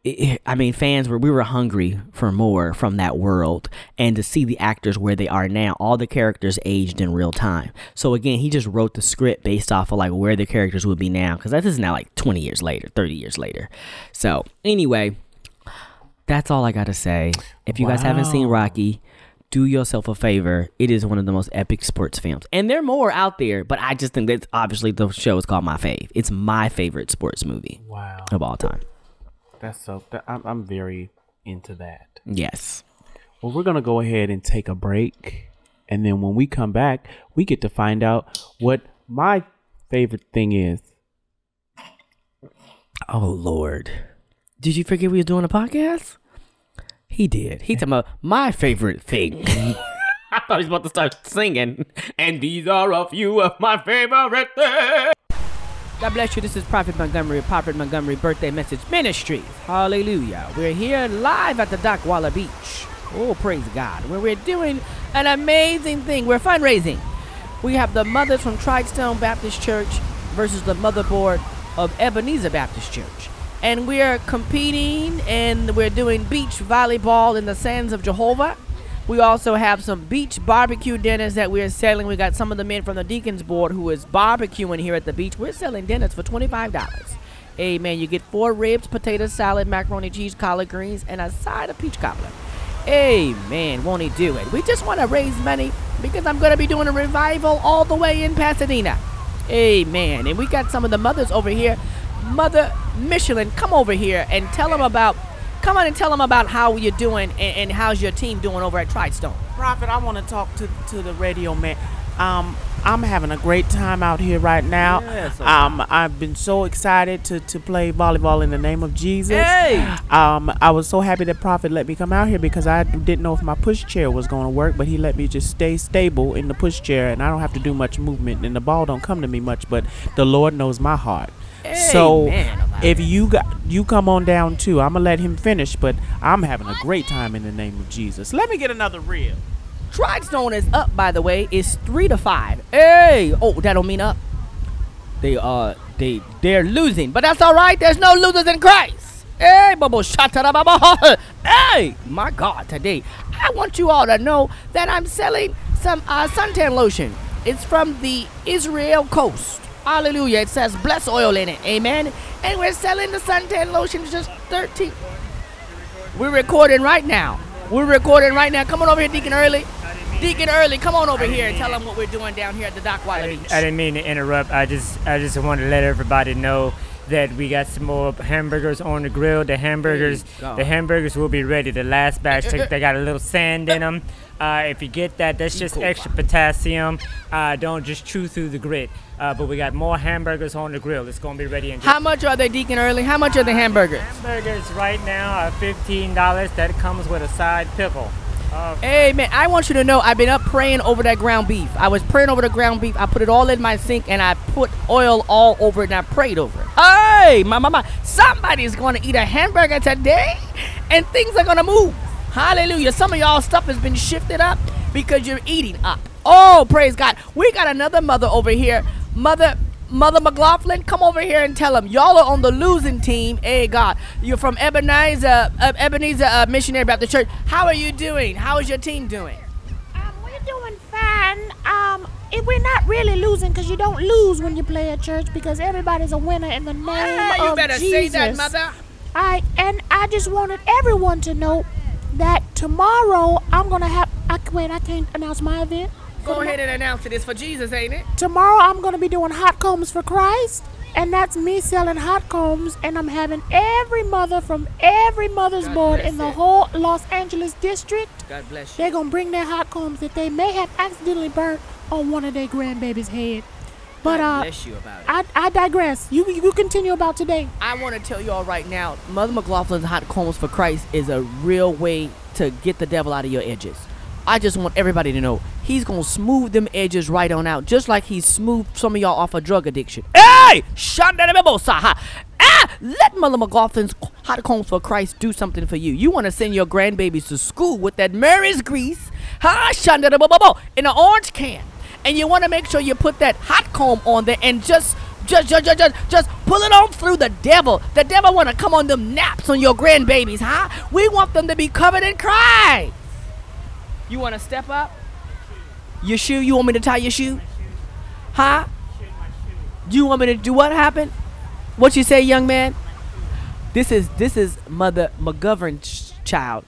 S8: it, I mean, fans were we were hungry for more from that world, and to see the actors where they are now, all the characters aged in real time. So again, he just wrote the script based off of like where the characters would be now, because that is now like twenty years later, thirty years later. So anyway, that's all I gotta say. If you guys haven't seen
S9: Wow.
S8: Rocky, do yourself a favor. It is one of the most epic sports films, and there are more out there. But I just think that obviously the show is called my fave. It's my favorite sports movie
S9: Wow.
S8: of all time.
S9: That's so. That, I'm, I'm very into that.
S8: Yes.
S9: Well, we're going to go ahead and take a break. And then when we come back, we get to find out what my favorite thing is.
S8: Oh Lord, did you forget we was doing a podcast? He did. He talking about my favorite thing. I thought he was about to start singing, and these are a few of my favorite things.
S2: God bless you. This is Prophet Montgomery, of Prophet Montgomery Birthday Message Ministries. Hallelujah. We're here live at the Dockwalla Beach. Oh, praise God. Where we're doing an amazing thing. We're fundraising. We have the mothers from Tristone Baptist Church versus the motherboard of Ebenezer Baptist Church. And we are competing and we're doing beach volleyball in the sands of Jehovah. We also have some beach barbecue dinners that we're selling. We got some of the men from the Deacons Board who is barbecuing here at the beach. We're selling dinners for $25. Amen. You get four ribs, potato salad, macaroni, cheese, collard greens, and a side of peach cobbler. Amen. Won't he do it? We just want to raise money because I'm going to be doing a revival all the way in Pasadena. Amen. And we got some of the mothers over here. Mother Michelin, come over here and tell them about, come on and tell them about how you're doing and, and how's your team doing over at Tristone.
S1: Prophet, I want to talk to to the radio man. Um, I'm having a great time out here right now. um, I've been so excited to, to play volleyball in the name of Jesus.
S2: Hey!
S1: Um, I was so happy that Prophet let me come out here because I didn't know if my push chair was going to work, but he let me just stay stable in the push chair and I don't have to do much movement and the ball don't come to me much, but the Lord knows my heart. So
S2: Amen, Elijah.
S1: if you got you come on down too, I'm gonna let him finish, but I'm having a great time in the name of Jesus. Let me get another rib.
S2: Tristone is up, by the way. It's three to five. Hey, oh, that don't mean up. They are they they're losing, but that's all right. There's no losers in Christ. Hey, bubble shut up, bubble. Hey, my God, today I want you all to know that I'm selling some uh, suntan lotion. It's from the Israel coast. Hallelujah! It says bless oil in it. Amen. And we're selling the suntan lotion It's just thirteen. We're recording right now. We're recording right now. Come on over here, Deacon Early. Deacon Early, come on over here and tell them what we're doing down here at the Dock Wilder Beach.
S4: I didn't mean to interrupt. I just I just wanted to let everybody know that we got some more hamburgers on the grill. The hamburgers the hamburgers will be ready. The last batch took, they got a little sand in them. Uh, if you get that, that's just extra potassium. Uh, don't just chew through the grit. Uh, but we got more hamburgers on the grill. It's gonna be ready in just
S2: How much are they, Deacon Early? How much are the hamburgers?
S4: Hamburgers right now are fifteen dollars. That comes with a side pickle. Uh,
S2: Hey man, I want you to know I've been up praying over that ground beef. I was praying over the ground beef. I put it all in my sink and I put oil all over it and I prayed over it. Hey, my mama, somebody's gonna eat a hamburger today and things are gonna move. Hallelujah. Some of y'all stuff has been shifted up because you're eating up. Oh, praise God. We got another mother over here. Mother Mother McLaughlin, come over here and tell them y'all are on the losing team. Hey, God, you're from Ebenezer, uh, Ebenezer uh, Missionary Baptist Church. How are you doing? How is your team doing?
S10: Um, we're doing fine. Um, it, we're not really losing because you don't lose when you play at church because everybody's a winner in the name
S2: Hey,
S10: of
S2: Ah, you better
S10: Jesus.
S2: say that, mother.
S10: I and I just wanted everyone to know that tomorrow I'm gonna have. I, wait, I can't announce my event.
S2: Go ahead and announce it. It's for Jesus, ain't it?
S10: Tomorrow I'm gonna be doing hot combs for Christ, and that's me selling hot combs, and I'm having every mother from every mother's board in the whole Los Angeles district.
S2: God bless
S10: They're gonna bring their hot combs that they may have accidentally burnt on one of their grandbaby's head. But uh,
S2: you about
S10: I, I digress. You you continue about today.
S2: I want to tell you all right now, Mother McLaughlin's Hot Combs for Christ is a real way to get the devil out of your edges. I just want everybody to know he's gonna smooth them edges right on out, just like he smoothed some of y'all off of drug addiction. Hey, Shandanabosaha. Ah, let Mother McLaughlin's Hot Combs for Christ do something for you. You want to send your grandbabies to school with that Mary's grease, ha, Shandanabobo, in an orange can, and you want to make sure you put that hot comb on there and just
S3: Just, just, just, just, just pull it on through the devil. The devil want to come on them naps on your grandbabies, huh? We want them to be covered in cry. You want to step up? Your shoe? You want me to tie your shoe? Huh? You want me to do what happened? What you say, young man? This is this is Mother McGovern's child.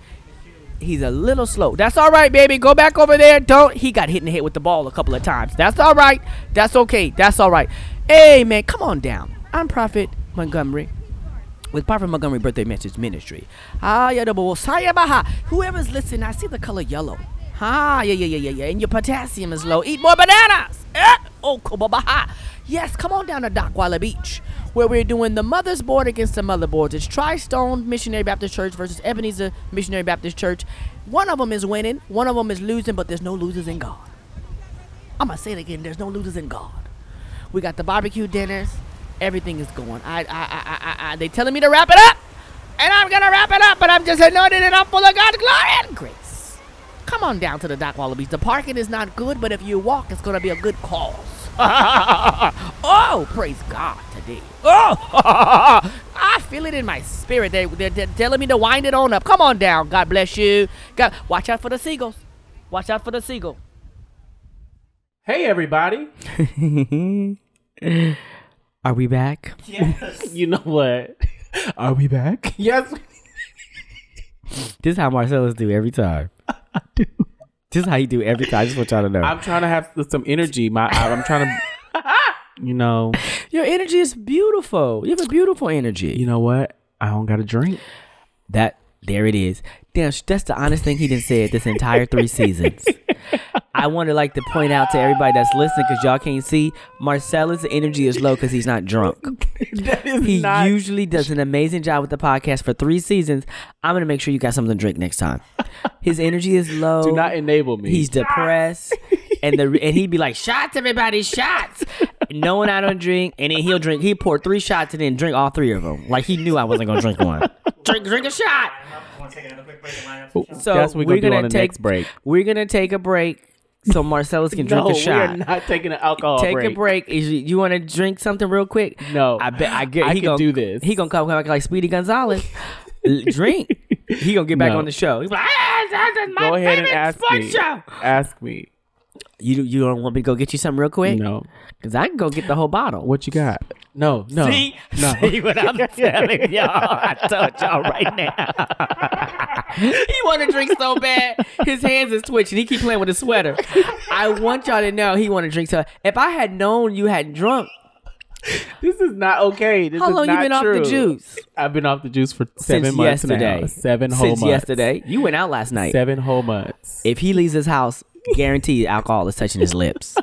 S3: He's a little slow. That's all right, baby. Go back over there. Don't. He got hit in the head with the ball a couple of times. That's all right. That's okay. That's all right. Hey, man, come on down. I'm Prophet Montgomery with Prophet Montgomery Birthday Message Ministry. Ah, yeah, the boy. Sorry about how- Whoever's listening, I see the color yellow. Ah, yeah, yeah, yeah, yeah, yeah. And your potassium is low. Eat more bananas. Eh? Oh, Kobabaha. Yes, come on down to Dockwalla Beach, where we're doing the Mother's Board against the Mother Boards. It's Tri-Stone Missionary Baptist Church versus Ebenezer Missionary Baptist Church. One of them is winning, one of them is losing, but there's no losers in God. I'm going to say it again. There's no losers in God. We got the barbecue dinners. Everything is going. I, I, I, I, I, they telling me to wrap it up, and I'm gonna wrap it up. But I'm just anointed and I'm full of God's glory and grace. Come on down to the Dock Wallabies. The parking is not good, but if you walk, it's gonna be a good cause. oh, praise God today. Oh, I feel it in my spirit. They, they're, they're telling me to wind it on up. Come on down. God bless you. God, watch out for the seagulls. Watch out for the seagull.
S1: Hey, everybody.
S3: Are we back?
S1: You know what? Are we back? Yes.
S3: This is how Marcellus do every time.
S1: I do.
S3: This is how he do every time. I just want y'all to know.
S1: I'm trying to have some energy. My, I'm trying to, you know,
S3: Your energy is beautiful. You have a beautiful energy.
S1: you know what? I don't got a drink.
S3: That there it is. Damn, sh- that's the honest thing he didn't say this entire three seasons. I want to like to point out to everybody that's listening because y'all can't see Marcellus' energy is low because he's not drunk. he usually does an amazing job with the podcast for three seasons. I'm gonna make sure you got something to drink next time. His energy is low.
S1: Do not enable me.
S3: He's depressed, and the and he'd be like, "Shots, everybody, shots!" Knowing I don't drink, and then he'll drink. He pour three shots and then drink all three of them. Like he knew I wasn't gonna drink one. drink, drink a shot. So
S1: That's what we're gonna do
S3: we're gonna
S1: on the
S3: take
S1: next break.
S3: We're gonna take a break so Marcellus can drink
S1: no,
S3: a
S1: we
S3: shot.
S1: are not taking an alcohol
S3: Take
S1: break.
S3: a break. Is you, want to drink something real quick?
S1: No.
S3: I bet Oh, I get.
S1: I
S3: he
S1: can
S3: gonna,
S1: do this.
S3: He gonna come back like Speedy Gonzalez. L- drink. He gonna get back
S1: No.
S3: on the show. He's like, ah, that's that's my
S1: Go ahead and
S3: favorite
S1: ask
S3: sports
S1: me.
S3: show.
S1: Ask me.
S3: You you don't want me to go get you something real quick?
S1: No.
S3: Cause I can go get the whole bottle.
S1: What you got? No. No.
S3: See,
S1: No.
S3: see what I'm telling y'all. I told y'all right now. he want to drink so bad, his hands is twitching. He keep playing with his sweater. I want y'all to know he want to drink so. If I had known you hadn't drunk,
S1: This is not okay. This
S3: How
S1: is
S3: long you
S1: not
S3: been off the
S1: true.
S3: juice?
S1: I've been off the juice for seven
S3: since
S1: months
S3: yesterday,
S1: now. Seven whole
S3: since
S1: months.
S3: yesterday, you went out last night.
S1: Seven whole months.
S3: If he leaves his house, guaranteed alcohol is touching his lips.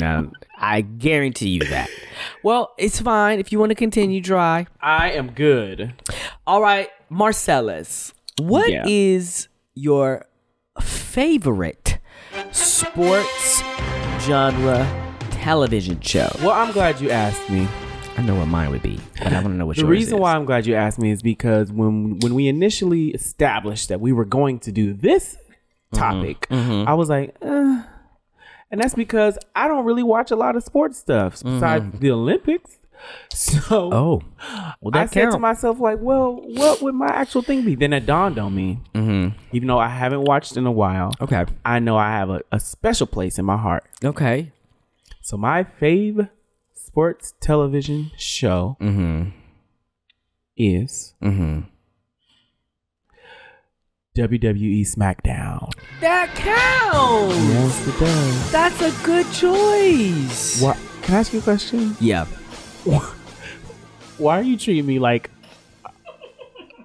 S3: no, I guarantee you that. Well, it's fine if you want to continue dry.
S1: I am good.
S3: All right, Marcellus, What is
S1: Yeah.
S3: your favorite sports genre television show?
S1: Well, I'm glad you asked me.
S3: I know what mine would be, but I want to know what
S1: The
S3: yours
S1: reason
S3: is.
S1: why I'm glad you asked me is because when when we initially established that we were going to do this topic, I was like, eh. and that's because I don't really watch a lot of sports stuff besides the Olympics. So
S3: Mm-hmm. Oh, well,
S1: I
S3: that
S1: said to
S3: counts.
S1: myself, like, well, what would my actual thing be? Then it dawned on me, even though I haven't watched in a while,
S3: Mm-hmm. okay,
S1: I know I have a, a special place in my heart.
S3: okay.
S1: So my fave sports television show
S3: Mm-hmm.
S1: is WWE E SmackDown.
S3: That counts.
S1: Yes, it does.
S3: That's a good choice.
S1: Why, can I ask you a question?
S3: Yeah.
S1: Why are you treating me like,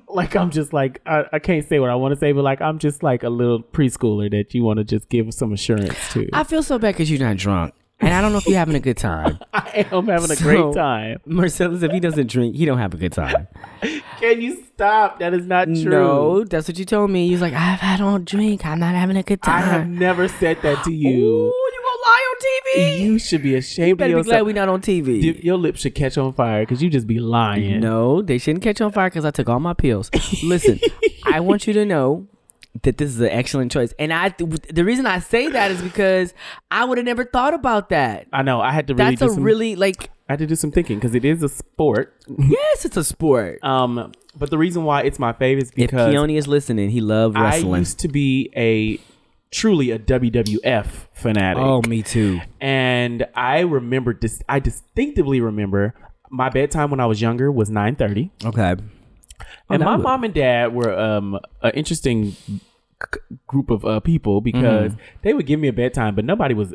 S1: like I'm just like I, I can't say what I want to say, but like I'm just like a little preschooler that you want to just give some assurance to.
S3: I feel so bad because you're not drunk. And I don't know if you're having a good time.
S1: I am having a
S3: So-
S1: great time.
S3: Marcellus, if he doesn't drink, he don't have a good time.
S1: Can you stop? That is not true.
S3: No, that's what you told me. He's like, I've had on drink. I'm not having a good
S1: I have
S3: time.
S1: never said that to you.
S3: Ooh, you gonna lie on TV?
S1: You should be ashamed of
S3: better be
S1: yourself.
S3: glad we not on TV.
S1: Dip- your lips should catch on fire because you just be lying.
S3: No, they shouldn't catch on fire because I took all my pills. Listen, I want you to know that this is an excellent choice, and I the reason I say that is because I would have never thought about that.
S1: I know. I had to really
S3: That's
S1: do
S3: a
S1: some,
S3: really like
S1: I I had to do some thinking because it is a sport.
S2: Yes, it's a sport.
S1: Um, but the reason why it's my favorite is
S2: if
S1: because
S2: Keone is listening, he loves
S1: I
S2: wrestling.
S1: used to be a truly a WWF fanatic.
S2: Oh, me too.
S1: and I remember dis- I distinctively remember my bedtime when I was younger was 9:30
S2: Okay.
S1: and
S2: Oh, that
S1: my
S2: would-
S1: mom and dad were um an interesting c- group of uh, people
S2: Mm-hmm.
S1: because they would give me a bedtime but nobody was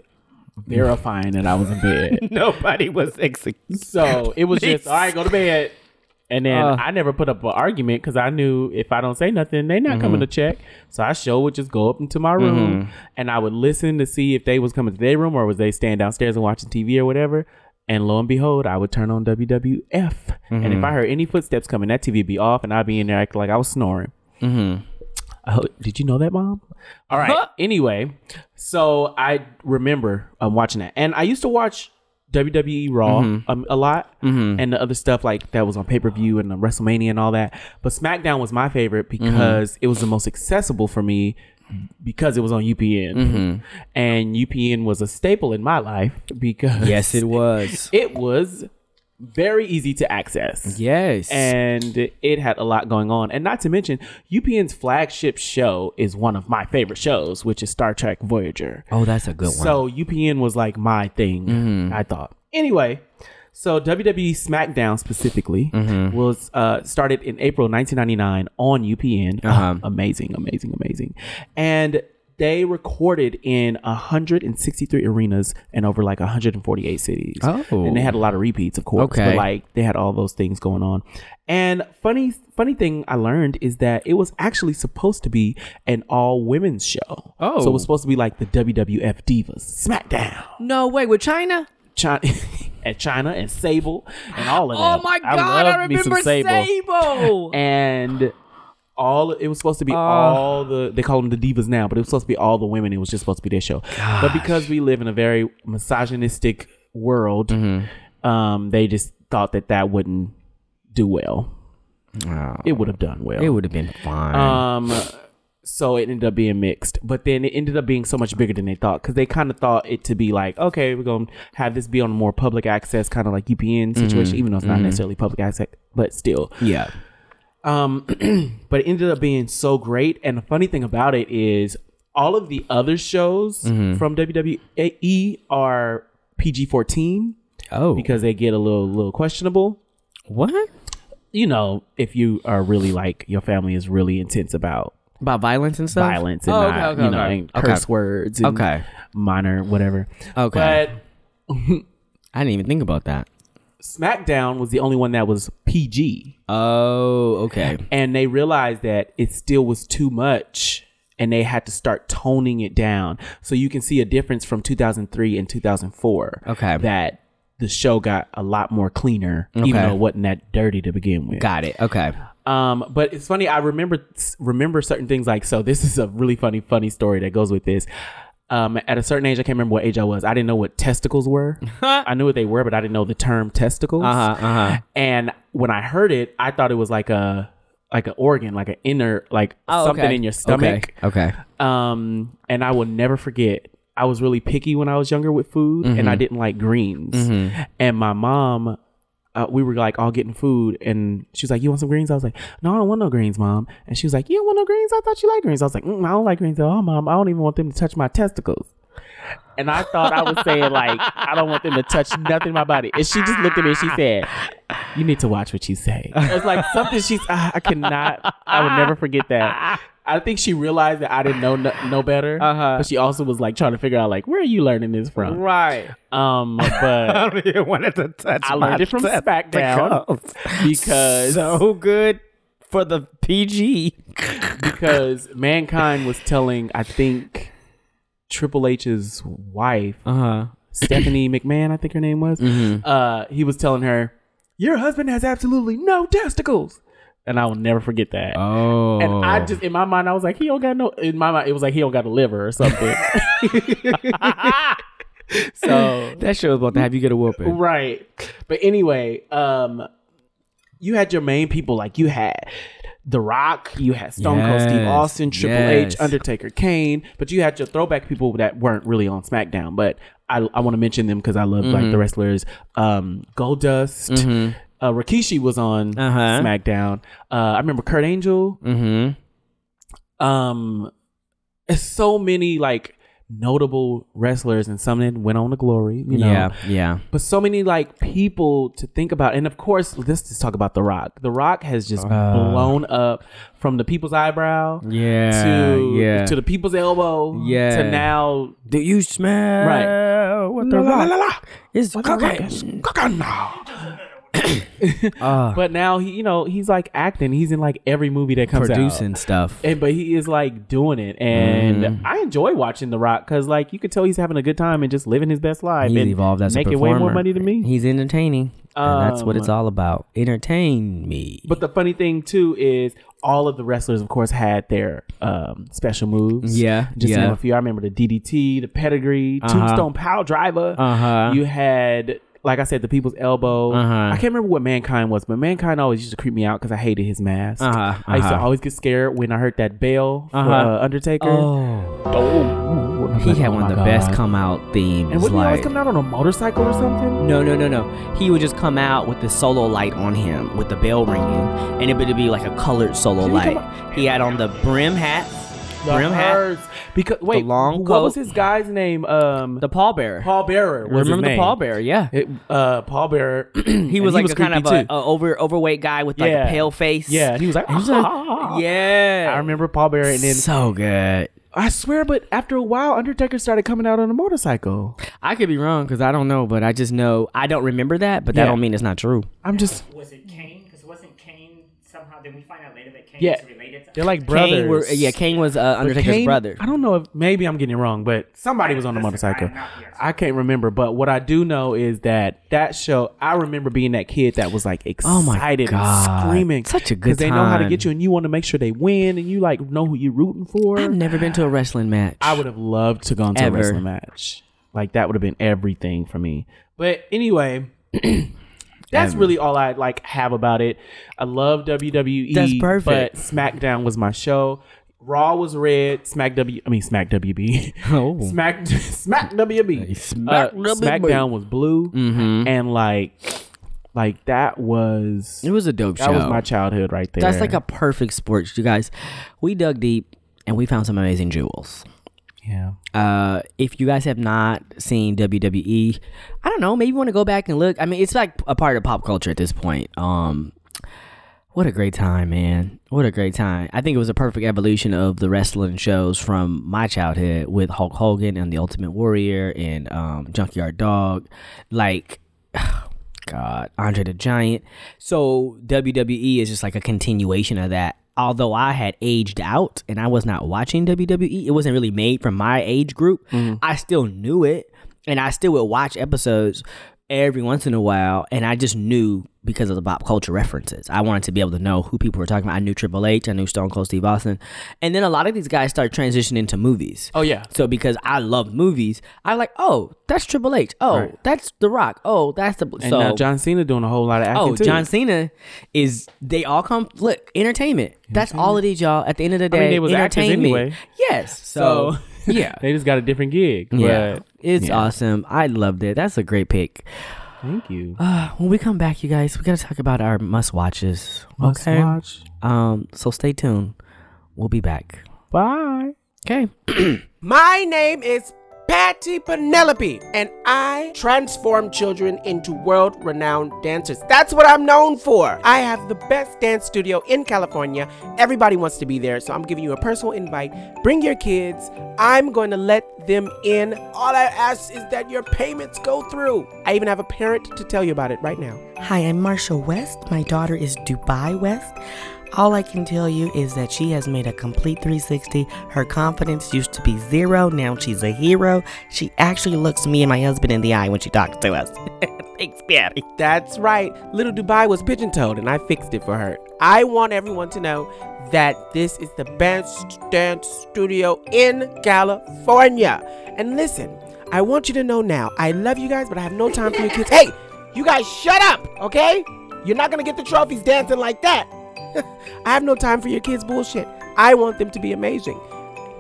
S1: verifying that I was in bed.
S2: Nobody was executed.
S1: So it was just all right, go to bed. And then
S2: Uh.
S1: I never put up an argument because I knew if I don't say nothing, they not coming to check. So I sure would just go up into my room and I would listen to see if they was coming to their room or was they staying downstairs and watching TV or whatever. And lo and behold, I would turn on WWF. And if I heard any footsteps coming, that TV would be off and I'd be in there acting like I was snoring. Oh, did you know that, mom? All right. anyway, so I remember um, watching that, and I used to watch WWE Raw
S2: Mm-hmm.
S1: um, a lot, and the other stuff like that was on pay per view and the WrestleMania and all that. But SmackDown was my favorite
S2: Mm-hmm.
S1: because it was the most accessible for me because it was on UPN,
S2: Mm-hmm.
S1: and UPN was a staple in my life because
S2: Yes, it was.
S1: it was very easy to access
S2: yes.
S1: and it had a lot going on. And not to mention, UPN's flagship show is one of my favorite shows, which is Star Trek Voyager.
S2: oh, that's a good one. Mm-hmm.
S1: So UPN was like my thing, I thought. Anyway, so WWE SmackDown specifically
S2: Mm-hmm.
S1: was uh, started in April 1999 on UPN.
S2: Uh-huh.
S1: Uh, amazing, amazing, amazing. And they recorded in 163 arenas and over like 148 cities.
S2: Oh.
S1: And they had a lot of repeats, of course.
S2: Okay.
S1: But like they had all those things going on. And funny funny thing I learned is that it was actually supposed to be an all women's show.
S2: Oh.
S1: So it was supposed to be like the WWF Divas SmackDown.
S2: no way with China.
S1: China at China and Sable and all of that.
S2: Oh my god, I,
S1: love me some
S2: remember Sable.
S1: And all it was
S2: Uh.
S1: supposed to be all the they call them the divas now, but it was supposed to be all the women. It was just supposed to be their show. But because we live in a very misogynistic world,
S2: Mm-hmm.
S1: um, they just thought that that wouldn't do well. It would have done well.
S2: Oh. it would have been fine.
S1: Um, so it ended up being mixed, but then it ended up being so much bigger than they thought because they kind of thought it to be like, okay, we're gonna have this be on more public access, kind of like UPN situation, even though it's not necessarily public access, but still.
S2: yeah.
S1: Um, but it ended up being so great, and the funny thing about it is all of the other shows from WWE are PG fourteen
S2: Oh.
S1: because they get a little little questionable
S2: what?
S1: you know, if you are really like your family is really intense about
S2: About violence and stuff?
S1: violence and
S2: Oh,
S1: not, you know, and
S2: okay.
S1: curse words and
S2: Okay.
S1: minor whatever.
S2: Okay.
S1: But
S2: I didn't even think about that.
S1: SmackDown was the only one that was PG,
S2: Oh, okay.
S1: and they realized that it still was too much. And they had to start toning it down, so you can see a difference from 2003 and 2004.
S2: Okay.
S1: that the show got a lot more cleaner, even
S2: Okay.
S1: though it wasn't that dirty to begin with.
S2: Got it. Okay.
S1: Um, but it's funny. I remember remember certain things like so. This is a really funny funny story that goes with this. Um, at a certain age, I can't remember what age I was. I didn't know what testicles were. I knew what they were, but I didn't know the term testicles.
S2: uh-huh.
S1: And when I heard it, I thought it was like a like an organ, like an inner, like
S2: Oh,
S1: something
S2: okay.
S1: in your stomach.
S2: Okay. okay.
S1: Um, and I will never forget. I was really picky when I was younger with food, and I
S2: Mm-hmm.
S1: didn't like greens. And my mom, uh, we were like all getting food, and she was like, "You want some greens?" I was like, "No, I don't want no greens, mom." And she was like, "You don't want no greens? I thought you liked greens." I was like, mm, "I don't like greens at all, mom. I don't even want them to touch my testicles." And I thought I was saying like, "I don't want them to touch nothing in my body." And she just looked at me and she said, "You need to watch what you say." It's like something she's. I I cannot. I will never forget that. I think she realized that I didn't know no, no better,
S2: Uh-huh.
S1: but she also was like trying to figure out like where are you learning this from?
S2: Right.
S1: Um, but
S2: don't even want it to touch
S1: I learned it from SmackDown because
S2: so good for the PG.
S1: because mankind was telling I think Triple H's wife
S2: Uh-huh. Mm-hmm.
S1: Stephanie McMahon, I think her name was. Uh, he was telling her, "Your husband has absolutely no testicles," and I will never forget that.
S2: Oh.
S1: And I just in my mind I was like, he don't got no in my mind it was like he don't got a liver or something. so
S2: that show was about to have you get a whooping.
S1: right. But anyway, um you had your main people like you had The Rock, you had Stone Cold Steve
S3: Yes,
S1: Austin, Triple
S3: yes.
S1: H, Undertaker, Kane, but you had your throwback people that weren't really on SmackDown. But I, I want to mention them because I love like
S3: Mm-hmm.
S1: the wrestlers. Um, Goldust, uh, Rikishi was on
S3: Uh-huh.
S1: SmackDown. Uh, I remember Kurt Angel.
S3: Mm-hmm.
S1: Um, so many like notable wrestlers, and some of them went on to glory. You know,
S3: Yeah, yeah.
S1: but so many like people to think about and of course let's just talk about the rock the rock has
S3: Uh,
S1: just blown up from the people's eyebrow
S3: Yeah.
S1: to
S3: yeah.
S1: to the people's elbow
S3: Yeah.
S1: to now
S3: Do you smell
S1: Right.
S3: what the rock is cooking? Uh,
S1: but now he you know he's like acting he's in like every movie that comes
S3: producing Mm-hmm.
S1: out
S3: stuff.
S1: and but he is like doing it and i enjoy watching the rock because like you could tell he's having a good time and just living his best life
S3: He's
S1: and
S3: evolved as a
S1: making
S3: performer.
S1: way more money than me
S3: He's entertaining. and that's
S1: Um,
S3: what it's all about. Entertain me.
S1: But the funny thing too is all of the wrestlers, of course, had their um, special moves.
S3: Yeah,
S1: just to
S3: yeah.
S1: name a few. I remember the DDT, the Pedigree,
S3: Uh-huh.
S1: Tombstone Power Driver.
S3: Uh-huh.
S1: You had. Like I said, the people's elbow.
S3: Uh-huh.
S1: I can't remember what mankind was, but mankind always used to creep me out because I hated his mask.
S3: Uh-huh,
S1: I used to
S3: uh-huh.
S1: always get scared when I heard that bell for,
S3: Uh-huh.
S1: uh, Undertaker.
S3: oh, he had
S1: oh
S3: one
S1: my
S3: of the best
S1: God.
S3: come out themes.
S1: and wouldn't he always
S3: like,
S1: come out on a motorcycle or something?
S3: No, no, no, no. He would just come out with the solo light on him, with the bell ringing, and it would be like a colored solo
S1: Did he come
S3: light. He had on the brim hat, brim hat,
S1: hers. Because wait,
S3: long
S1: what
S3: coat.
S1: was his guy's name? Um,
S3: the pallbearer.
S1: Paul Bearer. Was his
S3: Remember the
S1: name.
S3: pallbearer? Yeah,
S1: It, uh, Paul Bearer.
S3: he was like a kind of a, a over overweight guy with like
S1: Yeah.
S3: a pale face.
S1: yeah. and He was like,
S3: And he's like,
S1: yeah.
S3: yeah.
S1: I remember Paul Bearer, and then
S3: so good.
S1: I swear, but after a while, Undertaker started coming out on a motorcycle.
S3: I could be wrong because I don't know, but I just know I don't remember that. But that
S1: Yeah.
S3: don't mean it's not true.
S1: I'm just
S4: Was it Kane? Because wasn't Kane somehow? Did we find out later that Kane
S1: Yeah.
S4: was related? To
S1: they're like brothers.
S3: Kane were, yeah, Kane was uh,
S1: But
S3: Undertaker's
S1: Kane-
S3: brother.
S1: I don't know if maybe I'm getting it wrong, but somebody was on the motorcycle. I can't remember, but what I do know is that that show. I remember being that kid that was like
S3: Oh my
S1: excited
S3: God.
S1: and screaming,
S3: Such a good
S1: they know how to
S3: time.
S1: get you, and you want to make sure they win, and you like know who you're rooting for.
S3: I've never been to a wrestling match.
S1: I would have loved to gone to
S3: Ever.
S1: a wrestling match. Like that would have been everything for me. But anyway, that's really all I like have about it. I love WWE.
S3: That's perfect.
S1: But SmackDown was my show. Raw was red. Smack W. I mean Smack WB.
S3: Oh.
S1: Smack Smack WB.
S3: Smack
S1: Uh,
S3: WB.
S1: SmackDown was blue,
S3: Mhm.
S1: and like, like that was
S3: It was a dope
S1: that
S3: show.
S1: was my childhood right there.
S3: That's like a perfect sports, you guys. We dug deep and we found some amazing jewels.
S1: yeah.
S3: Uh, if you guys have not seen WWE, I don't know, maybe you want to go back and look. I mean, it's like a part of pop culture at this point. Um, what a great time, man. What a great time. I think it was a perfect evolution of the wrestling shows from my childhood with Hulk Hogan and The Ultimate Warrior and um, Junkyard Dog. Like, God, Andre the Giant. So WWE is just like a continuation of that. Although I had aged out and I was not watching WWE, it wasn't really made for my age group.
S1: Mm-hmm.
S3: I still knew it and I still would watch episodes every once in a while. And I just knew because of the pop culture references. I wanted to be able to know who people were talking about. I knew Triple H, I knew Stone Cold Steve Austin. And then a lot of these guys start transitioning to movies.
S1: Oh yeah.
S3: So because I love movies, I like, oh, that's Triple H. Oh,
S1: Right.
S3: that's The Rock. Oh, that's the
S1: And
S3: so
S1: now John Cena doing a whole lot of acting
S3: Oh,
S1: too.
S3: John Cena is they all come look entertainment. That's all it is, y'all. At the end of the
S1: I
S3: day,
S1: mean, they was actors
S3: entertainment.
S1: anyway.
S3: Yes. So, yeah,
S1: they just got a different gig.
S3: yeah,
S1: But
S3: it's
S1: yeah.
S3: awesome. I loved it. That's a great pick.
S1: Thank you.
S3: Uh, when we come back, you guys, we gotta talk about our must watches.
S1: Must
S3: okay.
S1: watch.
S3: Um. So stay tuned. We'll be back.
S1: Bye.
S3: Okay.
S11: My name is Patty Penelope, and I transform children into world renowned dancers. That's what I'm known for. I have the best dance studio in California. Everybody wants to be there, so I'm giving you a personal invite. Bring your kids. I'm going to let them in. All I ask is that your payments go through. I even have a parent to tell you about it right now.
S12: Hi, I'm Marsha West. My daughter is Dubai West. All I can tell you is that she has made a complete 360. Her confidence used to be zero, now she's a hero. She actually looks me and my husband in the eye when she talks to us. Thanks, Patty.
S11: That's right. Little Dubai was pigeon toed, and I fixed it for her. I want everyone to know that this is the best dance studio in California. And listen, I want you to know now I love you guys, but I have no time for your kids. Hey, you guys, shut up, okay? You're not gonna get the trophies dancing like that.
S13: I have no time for your kids' bullshit. I want them to be amazing.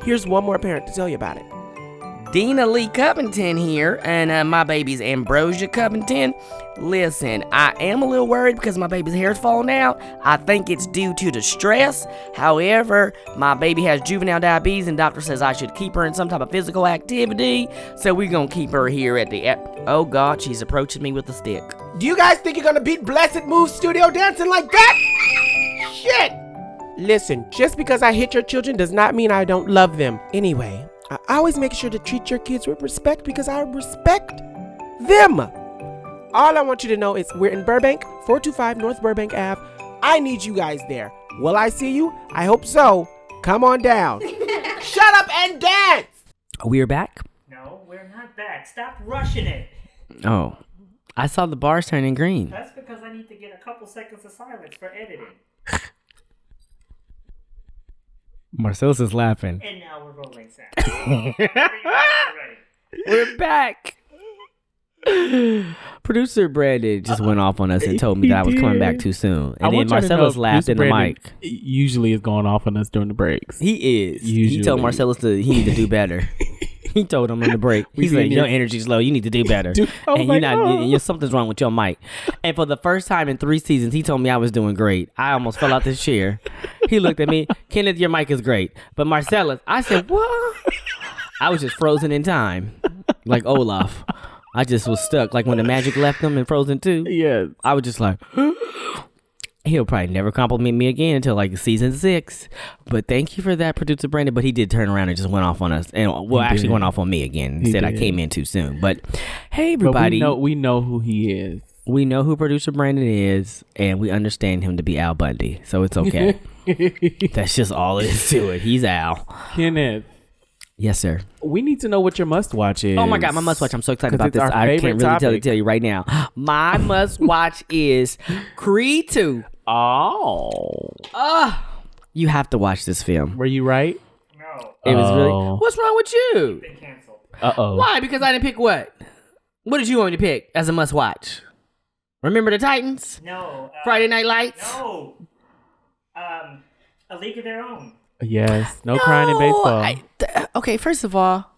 S13: Here's one more parent to tell you about it.
S3: Dina Lee Covington here, and uh, my baby's Ambrosia Covington. Listen, I am a little worried because my baby's hair's falling out. I think it's due to the stress. However, my baby has juvenile diabetes, and doctor says I should keep her in some type of physical activity. So we're gonna keep her here at the. Ep- oh God, she's approaching me with a stick.
S13: Do you guys think you're gonna beat Blessed Move Studio dancing like that? Shit! Listen, just because I hit your children does not mean I don't love them. Anyway, I always make sure to treat your kids with respect because I respect them. All I want you to know is we're in Burbank, 425 North Burbank Ave. I need you guys there. Will I see you? I hope so. Come on down. Shut up and dance!
S3: We're back.
S4: No, we're not back. Stop rushing it.
S3: Oh, I saw the bars turning green.
S4: That's because I need to get a couple seconds of silence for editing.
S3: Marcel's is laughing.
S4: And now we're rolling sound.
S3: We're back. Producer Brandon just went off on us and told me that I was coming back too soon. And then Marcellus laughed in the mic.
S1: Usually is going off on us during the breaks.
S3: He is. He told Marcellus to he need to do better. he told him on the break.
S1: We
S3: He's like,
S1: seen it.
S3: your energy's low. You need to do better.
S1: Dude, I was
S3: and you're
S1: like,
S3: not.
S1: oh.
S3: you something's wrong with your mic. And for the first time in three seasons, he told me I was doing great. I almost fell out this chair. He looked at me, Kenneth, your mic is great, but Marcellus, I said, what? I was just frozen in time, like Olaf. I just was stuck, like when the magic left them in Frozen Two.
S1: Yeah,
S3: I was just like. He'll probably never compliment me again until like season six. But thank you for that, producer Brandon. But he did turn around and just went off on us, and well,
S1: He
S3: actually
S1: did.
S3: went off on me again.
S1: He
S3: said I
S1: did.
S3: came in too soon. But hey,
S1: But
S3: everybody,
S1: we know we know who he is.
S3: we know who producer Brandon is, and we understand him to be Al Bundy. So it's okay. That's just all it is to it. He's Al.
S1: Kenneth,
S3: Yes, sir.
S1: we need to know what your must watch is.
S3: Oh my god, my must watch! I'm so excited
S1: 'Cause
S3: about
S1: it's
S3: this.
S1: our
S3: I can't
S1: favorite
S3: really tell,
S1: topic.
S3: tell you right now. My must watch is Creed Two.
S1: Oh,
S3: you have to watch this film.
S1: Were you right?
S4: No.
S3: It was really.
S1: Oh.
S3: What's wrong with you?
S1: Uh oh.
S3: Why? Because I didn't pick what? What did you want me to pick as a must watch? Remember the Titans?
S4: No. uh,
S3: Friday Night Lights?
S4: No. Um, a league of their own.
S1: Yes. No, crying in
S3: No,
S1: baseball.
S3: I- th- okay, first of all,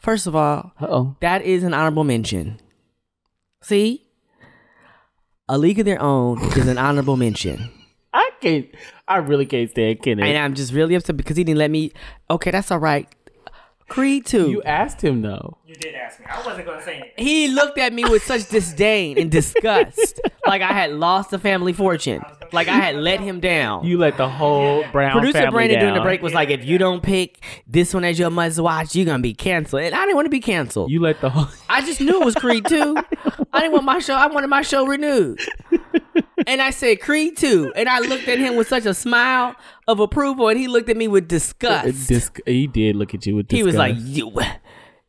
S3: first of all,
S1: Uh-oh.
S3: that is an honorable mention. See? A League of Their Own is an honorable mention.
S1: I can't. I really can't stand Kenneth.
S3: And I'm just really upset because he didn't let me. Okay, that's all right. Creed 2.
S1: you asked him though.
S4: You did ask me. I wasn't going to say anything.
S3: He looked at me with such disdain and disgust, like I had lost a family fortune, like I had let him down.
S1: You let the whole Brown
S3: Producer
S1: family
S3: Brandon
S1: down.
S3: during the break was like, "If you don't pick this one as your must watch, you're gonna be canceled." And I didn't want to be canceled.
S1: You let the whole.
S3: I just knew it was Creed two. I didn't want my show. I wanted my show renewed. And I said Creed two, and I looked at him with such a smile of approval, and he looked at me with disgust.
S1: Dis- he did look at you with. Disgust.
S3: He was like, "You,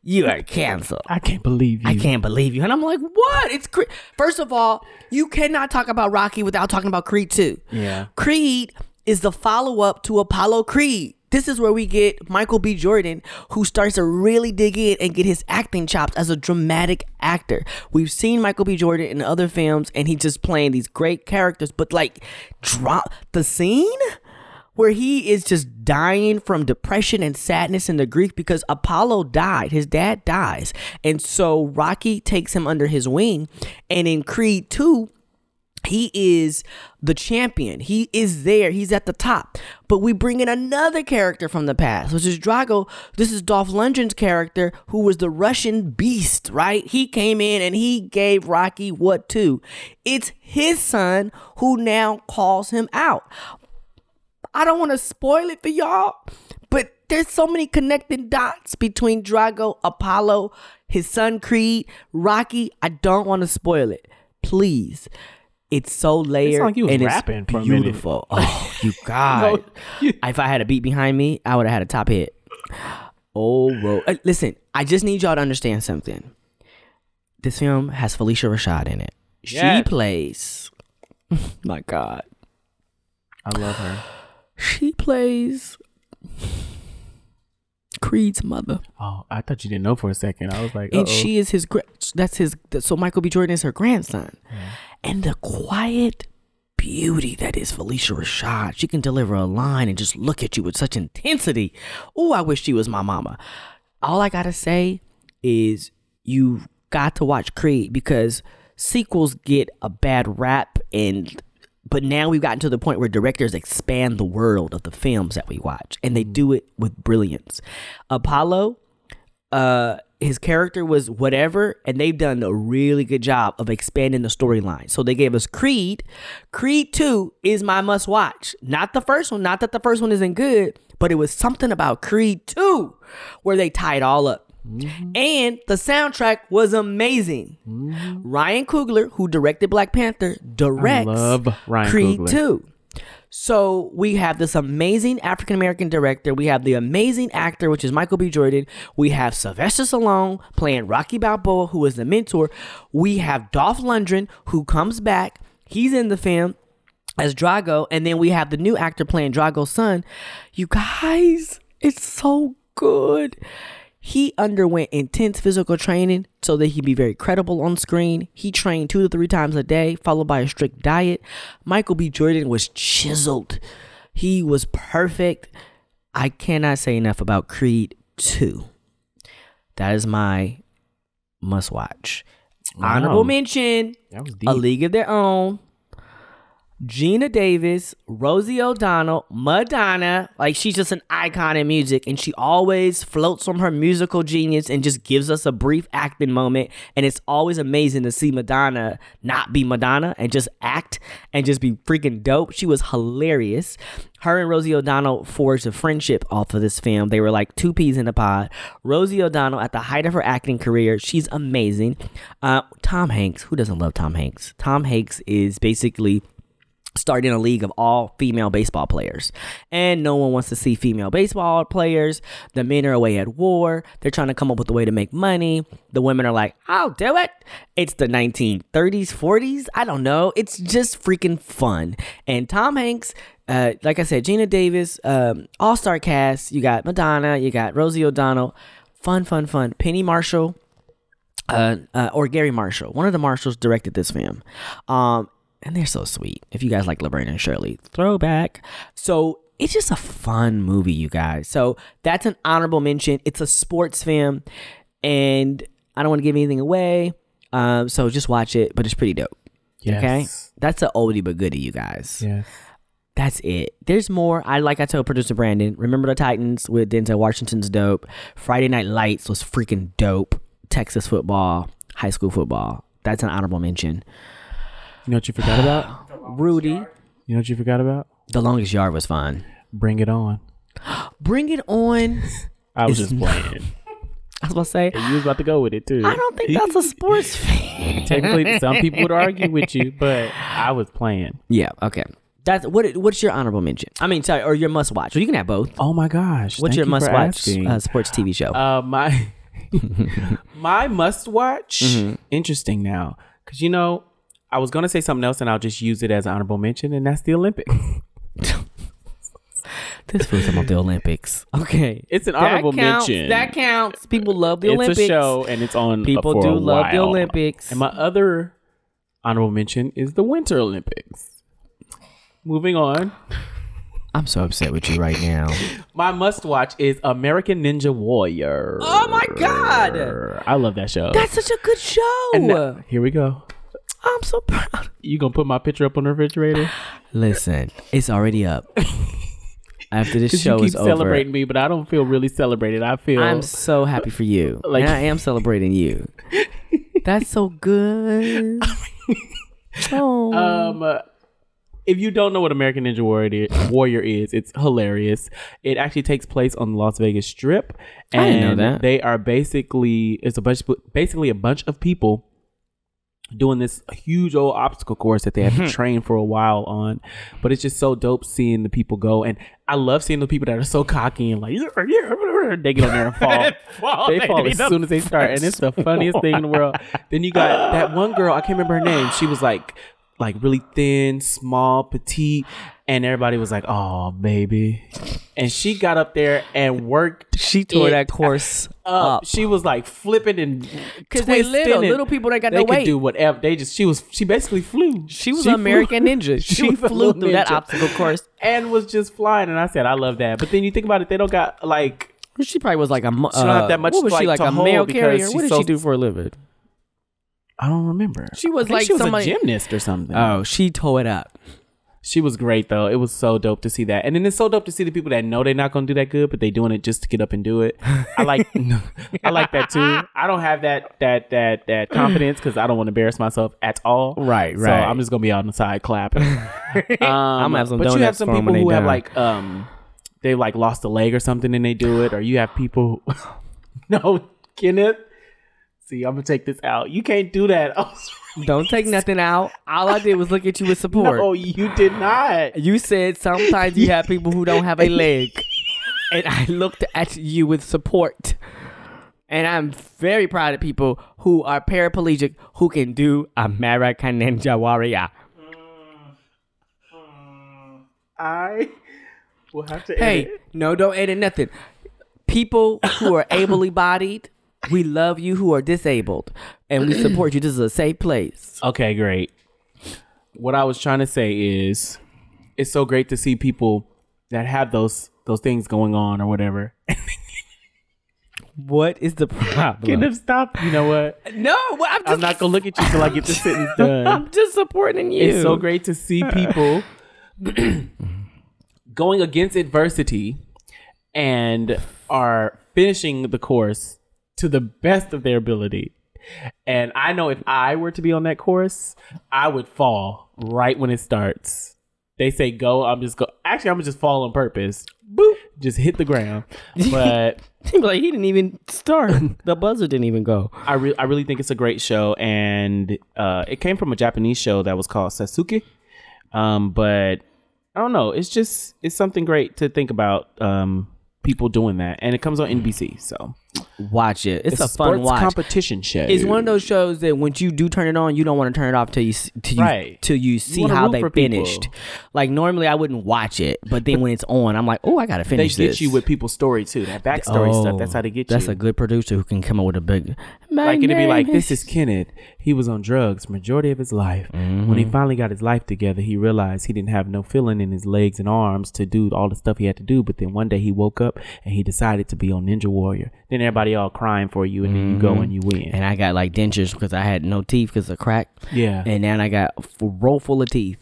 S3: you are canceled."
S1: I can't believe you.
S3: I can't believe you. And I'm like, what? It's Creed. First of all, you cannot talk about Rocky without talking about Creed 2.
S1: Yeah.
S3: Creed is the follow up to Apollo Creed. This is where we get Michael B. Jordan, who starts to really dig in and get his acting chops as a dramatic actor. We've seen Michael B. Jordan in other films, and he's just playing these great characters, but like, drop the scene? where he is just dying from depression and sadness and the grief because Apollo died. His dad dies. And so Rocky takes him under his wing. And in Creed 2, he is the champion. He is there. He's at the top. But we bring in another character from the past, which is Drago. This is Dolph Lundgren's character, who was the Russian beast, right? He came in and he gave Rocky what to. It's his son who now calls him out. I don't want to spoil it for y'all, but there's so many connecting dots between Drago, Apollo, his son Creed, Rocky. I don't want to spoil it. Please. It's so layered
S1: like you was
S3: and
S1: rapping
S3: it's
S1: for a minute.
S3: beautiful. Oh, you God. if I had a beat behind me, I would have had a top hit. Oh, bro. Uh, Listen, I just need y'all to understand something. This film has Felicia Rashad in it. She
S1: Yes.
S3: plays. My God.
S1: I love her.
S3: She plays Creed's mother,
S1: Oh, I thought you didn't know for a second. I was like,
S3: and she is his. gra- That's his. So Michael B. Jordan is her grandson, and the quiet beauty that is Felicia Rashad. She can deliver a line and just look at you with such intensity. Ooh, I wish she was my mama. All I gotta say is you got to watch Creed because sequels get a bad rap and but now we've gotten to the point where directors expand the world of the films that we watch and they do it with brilliance. Apollo uh his character was whatever and they've done a really good job of expanding the storyline so they gave us creed creed 2 is my must watch not the first one not that the first one isn't good but it was something about creed 2 where they tie it all up
S1: Mm-hmm.
S3: and the soundtrack was amazing
S1: Mm-hmm.
S3: ryan coogler who directed black panther directs
S1: love Ryan
S3: creed
S1: Coogler.
S3: 2 so we have this amazing African American director. We have the amazing actor, which is Michael B. Jordan. We have Sylvester Stallone playing Rocky Balboa, who is the mentor. We have Dolph Lundgren, who comes back. He's in the film as Drago, and then we have the new actor playing Drago's son. You guys, it's so good. He underwent intense physical training so that he'd be very credible on screen. He trained two to three times a day, followed by a strict diet. Michael B. Jordan was chiseled. He was perfect. I cannot say enough about Creed 2. That is my must watch.
S14: Wow.
S3: Honorable mention
S14: That was deep.
S3: A League of Their Own, Gina Davis, Rosie O'Donnell, Madonna. Like she's just an icon in music, and she always floats from her musical genius and just gives us a brief acting moment. And it's always amazing to see Madonna not be Madonna and just act and just be freaking dope. She was hilarious. Her and Rosie O'Donnell forged a friendship off of this film. They were like two peas in a pod. Rosie O'Donnell, at the height of her acting career, she's amazing. Uh, Tom Hanks, who doesn't love Tom Hanks? Tom Hanks is basically starting a league of all female baseball players. And no one wants to see female baseball players. The men are away at war. They're trying to come up with a way to make money. The women are like, I'll do it. It's the 1930s, 40s. I don't know. It's just freaking fun. And Tom Hanks, uh, like I said, Gina Davis, um, all star cast. You got Madonna, you got Rosie O'Donnell. Fun, fun, fun. Penny Marshall uh, uh, or Gary Marshall. One of the Marshalls directed this film. Um, and they're so sweet. If you guys like Laverne and Shirley, throwback. So it's just a fun movie, you guys. So that's an honorable mention. It's a sports film, and I don't want to give anything away. Um, so just watch it, but it's pretty dope. Okay,
S1: Yes.
S3: that's an oldie but goodie, you guys.
S1: Yes.
S3: That's it. There's more. I like I told producer Brandon. Remember the Titans with Denzel Washington's dope. Friday Night Lights was freaking dope. Texas football, high school football. That's an honorable mention.
S1: You know what you forgot about?
S3: Rudy.
S1: You know what you forgot about?
S3: The longest yard was fun.
S1: Bring it on.
S3: Bring it on.
S1: I was
S3: It's
S1: just
S3: not-
S1: playing.
S3: I was about to say.
S1: And you was about to go with it too.
S3: I don't think that's a sports fan.
S1: Technically, some people would argue with you, but I was playing.
S3: Yeah. Okay. That's what. What's your honorable mention? I mean, sorry, or your must watch. Or you can have both.
S1: Oh my gosh! thank
S3: What's your
S1: you for
S3: must watch
S1: asking.
S3: uh, sports TV show?
S1: Uh, my my must watch.
S3: Mm-hmm.
S1: Interesting now, because you know I was gonna say something else, and I'll just use it as an honorable mention, and that's the Olympics.
S3: this was about the Olympics. Okay.
S1: It's an
S3: That
S1: honorable
S3: counts,
S1: mention.
S3: That counts. People love the
S1: it's
S3: Olympics.
S1: a show, and it's on.
S3: People
S1: for
S3: do
S1: a
S3: love the
S1: while.
S3: Olympics.
S1: And my other honorable mention is the Winter Olympics. Moving on.
S3: I'm so upset with you right now.
S1: My must watch is American Ninja Warrior. Oh my god! I love that show.
S3: That's such a good show.
S1: And now- here we go.
S3: I'm so proud.
S1: You gonna put my picture up on the refrigerator?
S3: Listen, it's already up. After this
S1: 'Cause
S3: show
S1: you
S3: is
S1: keep
S3: over,
S1: celebrating me, but I don't feel really celebrated. I feel
S3: I'm so happy for you.
S1: Like-
S3: Like I am celebrating you. That's so good. oh.
S1: Um, uh, if you don't know what American Ninja Warrior i- Warrior is, it's hilarious. It actually takes place on the Las Vegas Strip,
S3: I
S1: and
S3: didn't know that.
S1: they are basically it's a bunch basically a bunch of people doing this huge old obstacle course that they have to train for a while on. But it's just so dope seeing the people go, and I love seeing the people that are so cocky and like "Yeah, yeah," they get on there and fall.
S3: fall.
S1: They
S3: They
S1: fall
S3: be
S1: as
S3: the
S1: soon as they start, and it's the
S3: first
S1: funniest thing in the
S3: one.
S1: world. Then you got that one girl. I can't remember her name. She was like like really thin, small, petite, and everybody was like, "Oh, baby," and she got up there and worked.
S3: She tore that course up.
S1: She was like flipping and
S3: Because they
S1: twisting
S3: little,
S1: and
S3: little people that got
S1: they
S3: no
S1: could
S3: weight.
S1: do whatever. They just she was she basically flew.
S3: She was an American ninja. She
S1: was a
S3: flew
S1: little
S3: through that obstacle course
S1: and was just flying. And I said, I love that. But then you think about it, they don't got like
S3: she probably was like a mo-
S1: she don't
S3: uh,
S1: have that much.
S3: what was she,
S1: like,
S3: like,
S1: to
S3: a
S1: hold
S3: mail
S1: because
S3: carrier?
S1: she's
S3: What did
S1: so
S3: she do for a living?
S1: I don't remember.
S3: She was
S1: I think
S3: like
S1: she was
S3: somebody-
S1: a gymnast or something.
S3: Oh, she tore it up.
S1: She was great though. It was so dope to see that, and then it's so dope to see the people that know they're not gonna do that good, but they doing it just to get up and do it. I like, I like that too. I don't have that that that that confidence because I don't want to embarrass myself at all.
S3: Right,
S1: So
S3: right.
S1: I'm just gonna be on the side clapping. um,
S3: gonna have some
S1: but you have
S3: donuts
S1: some
S3: for 'em
S1: people
S3: when they
S1: who have
S3: die.
S1: like um, they like lost a leg or something and they do it, or you have people. no, Kenneth. See, I'm gonna take this out. You can't do that.
S3: Don't take nothing out. All I did was look at you with support.
S1: No, you did not.
S3: You said sometimes you have people who don't have a leg. And I looked at you with support. And I'm very proud of people who are paraplegic who can do American Ninja Warrior.
S1: I will have to.
S3: Hey, no, don't edit nothing. People who are ably bodied, we love you who are disabled. And we support you. This is a safe place.
S1: Okay, great. What I was trying to say is, it's so great to see people that have those those things going on or whatever.
S3: what is the problem?
S1: Can it stop? You know what?
S3: No, well, I'm, just,
S1: I'm not gonna look at you till I get this sentence done.
S3: I'm just supporting you.
S1: It's so great to see people going against adversity and are finishing the course to the best of their ability. And I know if I were to be on that course, I would fall right when it starts. They say go, I'm just go. Actually, I'm gonna just fall on purpose. Boop, just hit the ground. But
S3: like he didn't even start. The buzzer didn't even go.
S1: I re- I really think it's a great show, and uh, it came from a Japanese show that was called Sasuke. Um, but I don't know. It's just it's something great to think about. Um, people doing that, and it comes on NBC. So
S3: watch it. It's, a, fun
S1: sports
S3: watch.
S1: competition show.
S3: It's one of those shows that once you do turn it on, you don't want to turn it off till you s- till you,
S1: Right.
S3: till you see
S1: wanna
S3: how
S1: root
S3: they
S1: for people.
S3: finished. Like normally I wouldn't watch it, but then when it's on, I'm like, oh, I gotta finish
S1: they get
S3: this.
S1: you with people's story too. That backstory stuff.
S3: Oh,
S1: That's how they get
S3: That's
S1: you.
S3: a good producer who can come up with a big. My
S1: like it'd be
S3: name
S1: like, this is Kenneth. He was on drugs majority of his life. When he finally got his life together, he realized he didn't have no feeling in his legs and arms to do all the stuff he had to do. But then one day he woke up and he decided to be on Ninja Warrior. Then everybody all crying for you, and then you go
S3: Mhm.
S1: Mm-hmm. and you win.
S3: And I got like dentures because I had no teeth because of crack.
S1: Yeah.
S3: And then I got a f- roll full of teeth.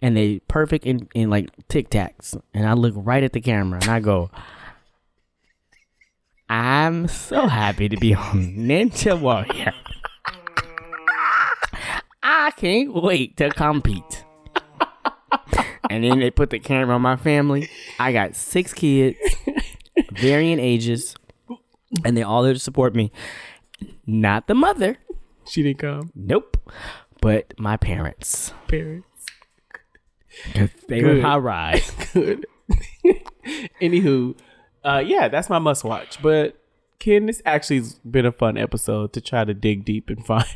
S3: And they perfect in, in like tic tacs. And I look right at the camera and I go, I'm so happy to be on Ninja Warrior. I can't wait to compete. and then they put the camera on my family. I got six kids, varying ages, and they all there to support me. Not the mother.
S1: She didn't come.
S3: Nope. But my parents.
S1: Parents.
S3: They
S1: Good.
S3: were my ride.
S1: Good. Anywho, uh, yeah, that's my must watch. But Ken, this actually has been a fun episode to try to dig deep and find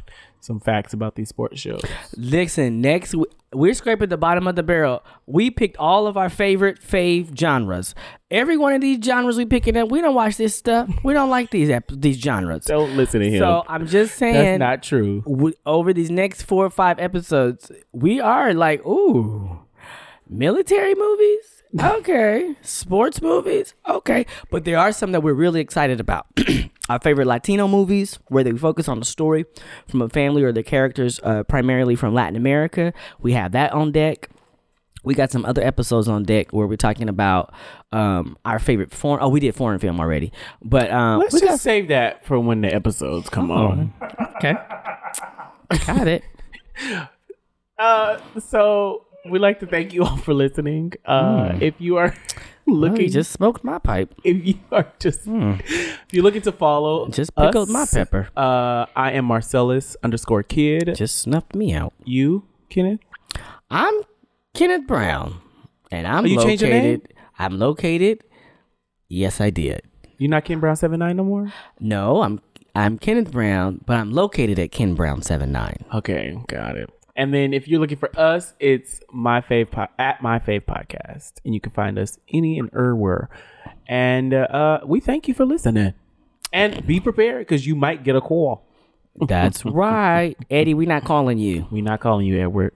S1: some facts about these sports shows.
S3: Listen, next w- we're scraping the bottom of the barrel. We picked all of our favorite fave genres. Every one of these genres we picking up, we don't watch this stuff. We don't like these ep- these genres.
S1: Don't listen to him.
S3: So I'm just saying,
S1: That's not true.
S3: w- over these next four or five episodes, we are like, ooh, military movies? Okay. Sports movies? Okay. But there are some that we're really excited about. Our favorite Latino movies, where they focus on the story from a family or the characters uh, primarily from Latin America. We have that on deck. We got some other episodes on deck where we're talking about um, our favorite foreign. Oh, we did foreign film already, but um,
S1: Let's
S3: we
S1: just save that for when the episodes come on.
S3: Okay. Got it.
S1: Uh, so we like to thank you all for listening. Uh,
S3: Mm.
S1: if you are
S3: Look, he
S1: looking,
S3: just smoked my pipe.
S1: if you are just if you're looking to follow,
S3: Just pick
S1: us,
S3: up my pepper.
S1: Uh, I am Marcellus underscore kid.
S3: Just snuffed me out.
S1: You, Kenneth.
S3: I'm Kenneth Brown, and I'm
S1: Oh, you changed
S3: located.
S1: your name?
S3: I'm located. Yes, I did.
S1: You're not Ken Brown seven nine no more.
S3: No, I'm I'm Kenneth Brown, but I'm located at Ken Brown seven nine.
S1: Okay, got it. And then if you're looking for us, it's my fave po- at my fave podcast, and you can find us any and everywhere. And uh, uh, we thank you for listening, and be prepared because you might get a call.
S2: That's right, Eddie. We're not calling you.
S1: We're not calling you, Edward.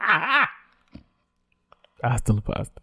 S1: Hasta la pasta.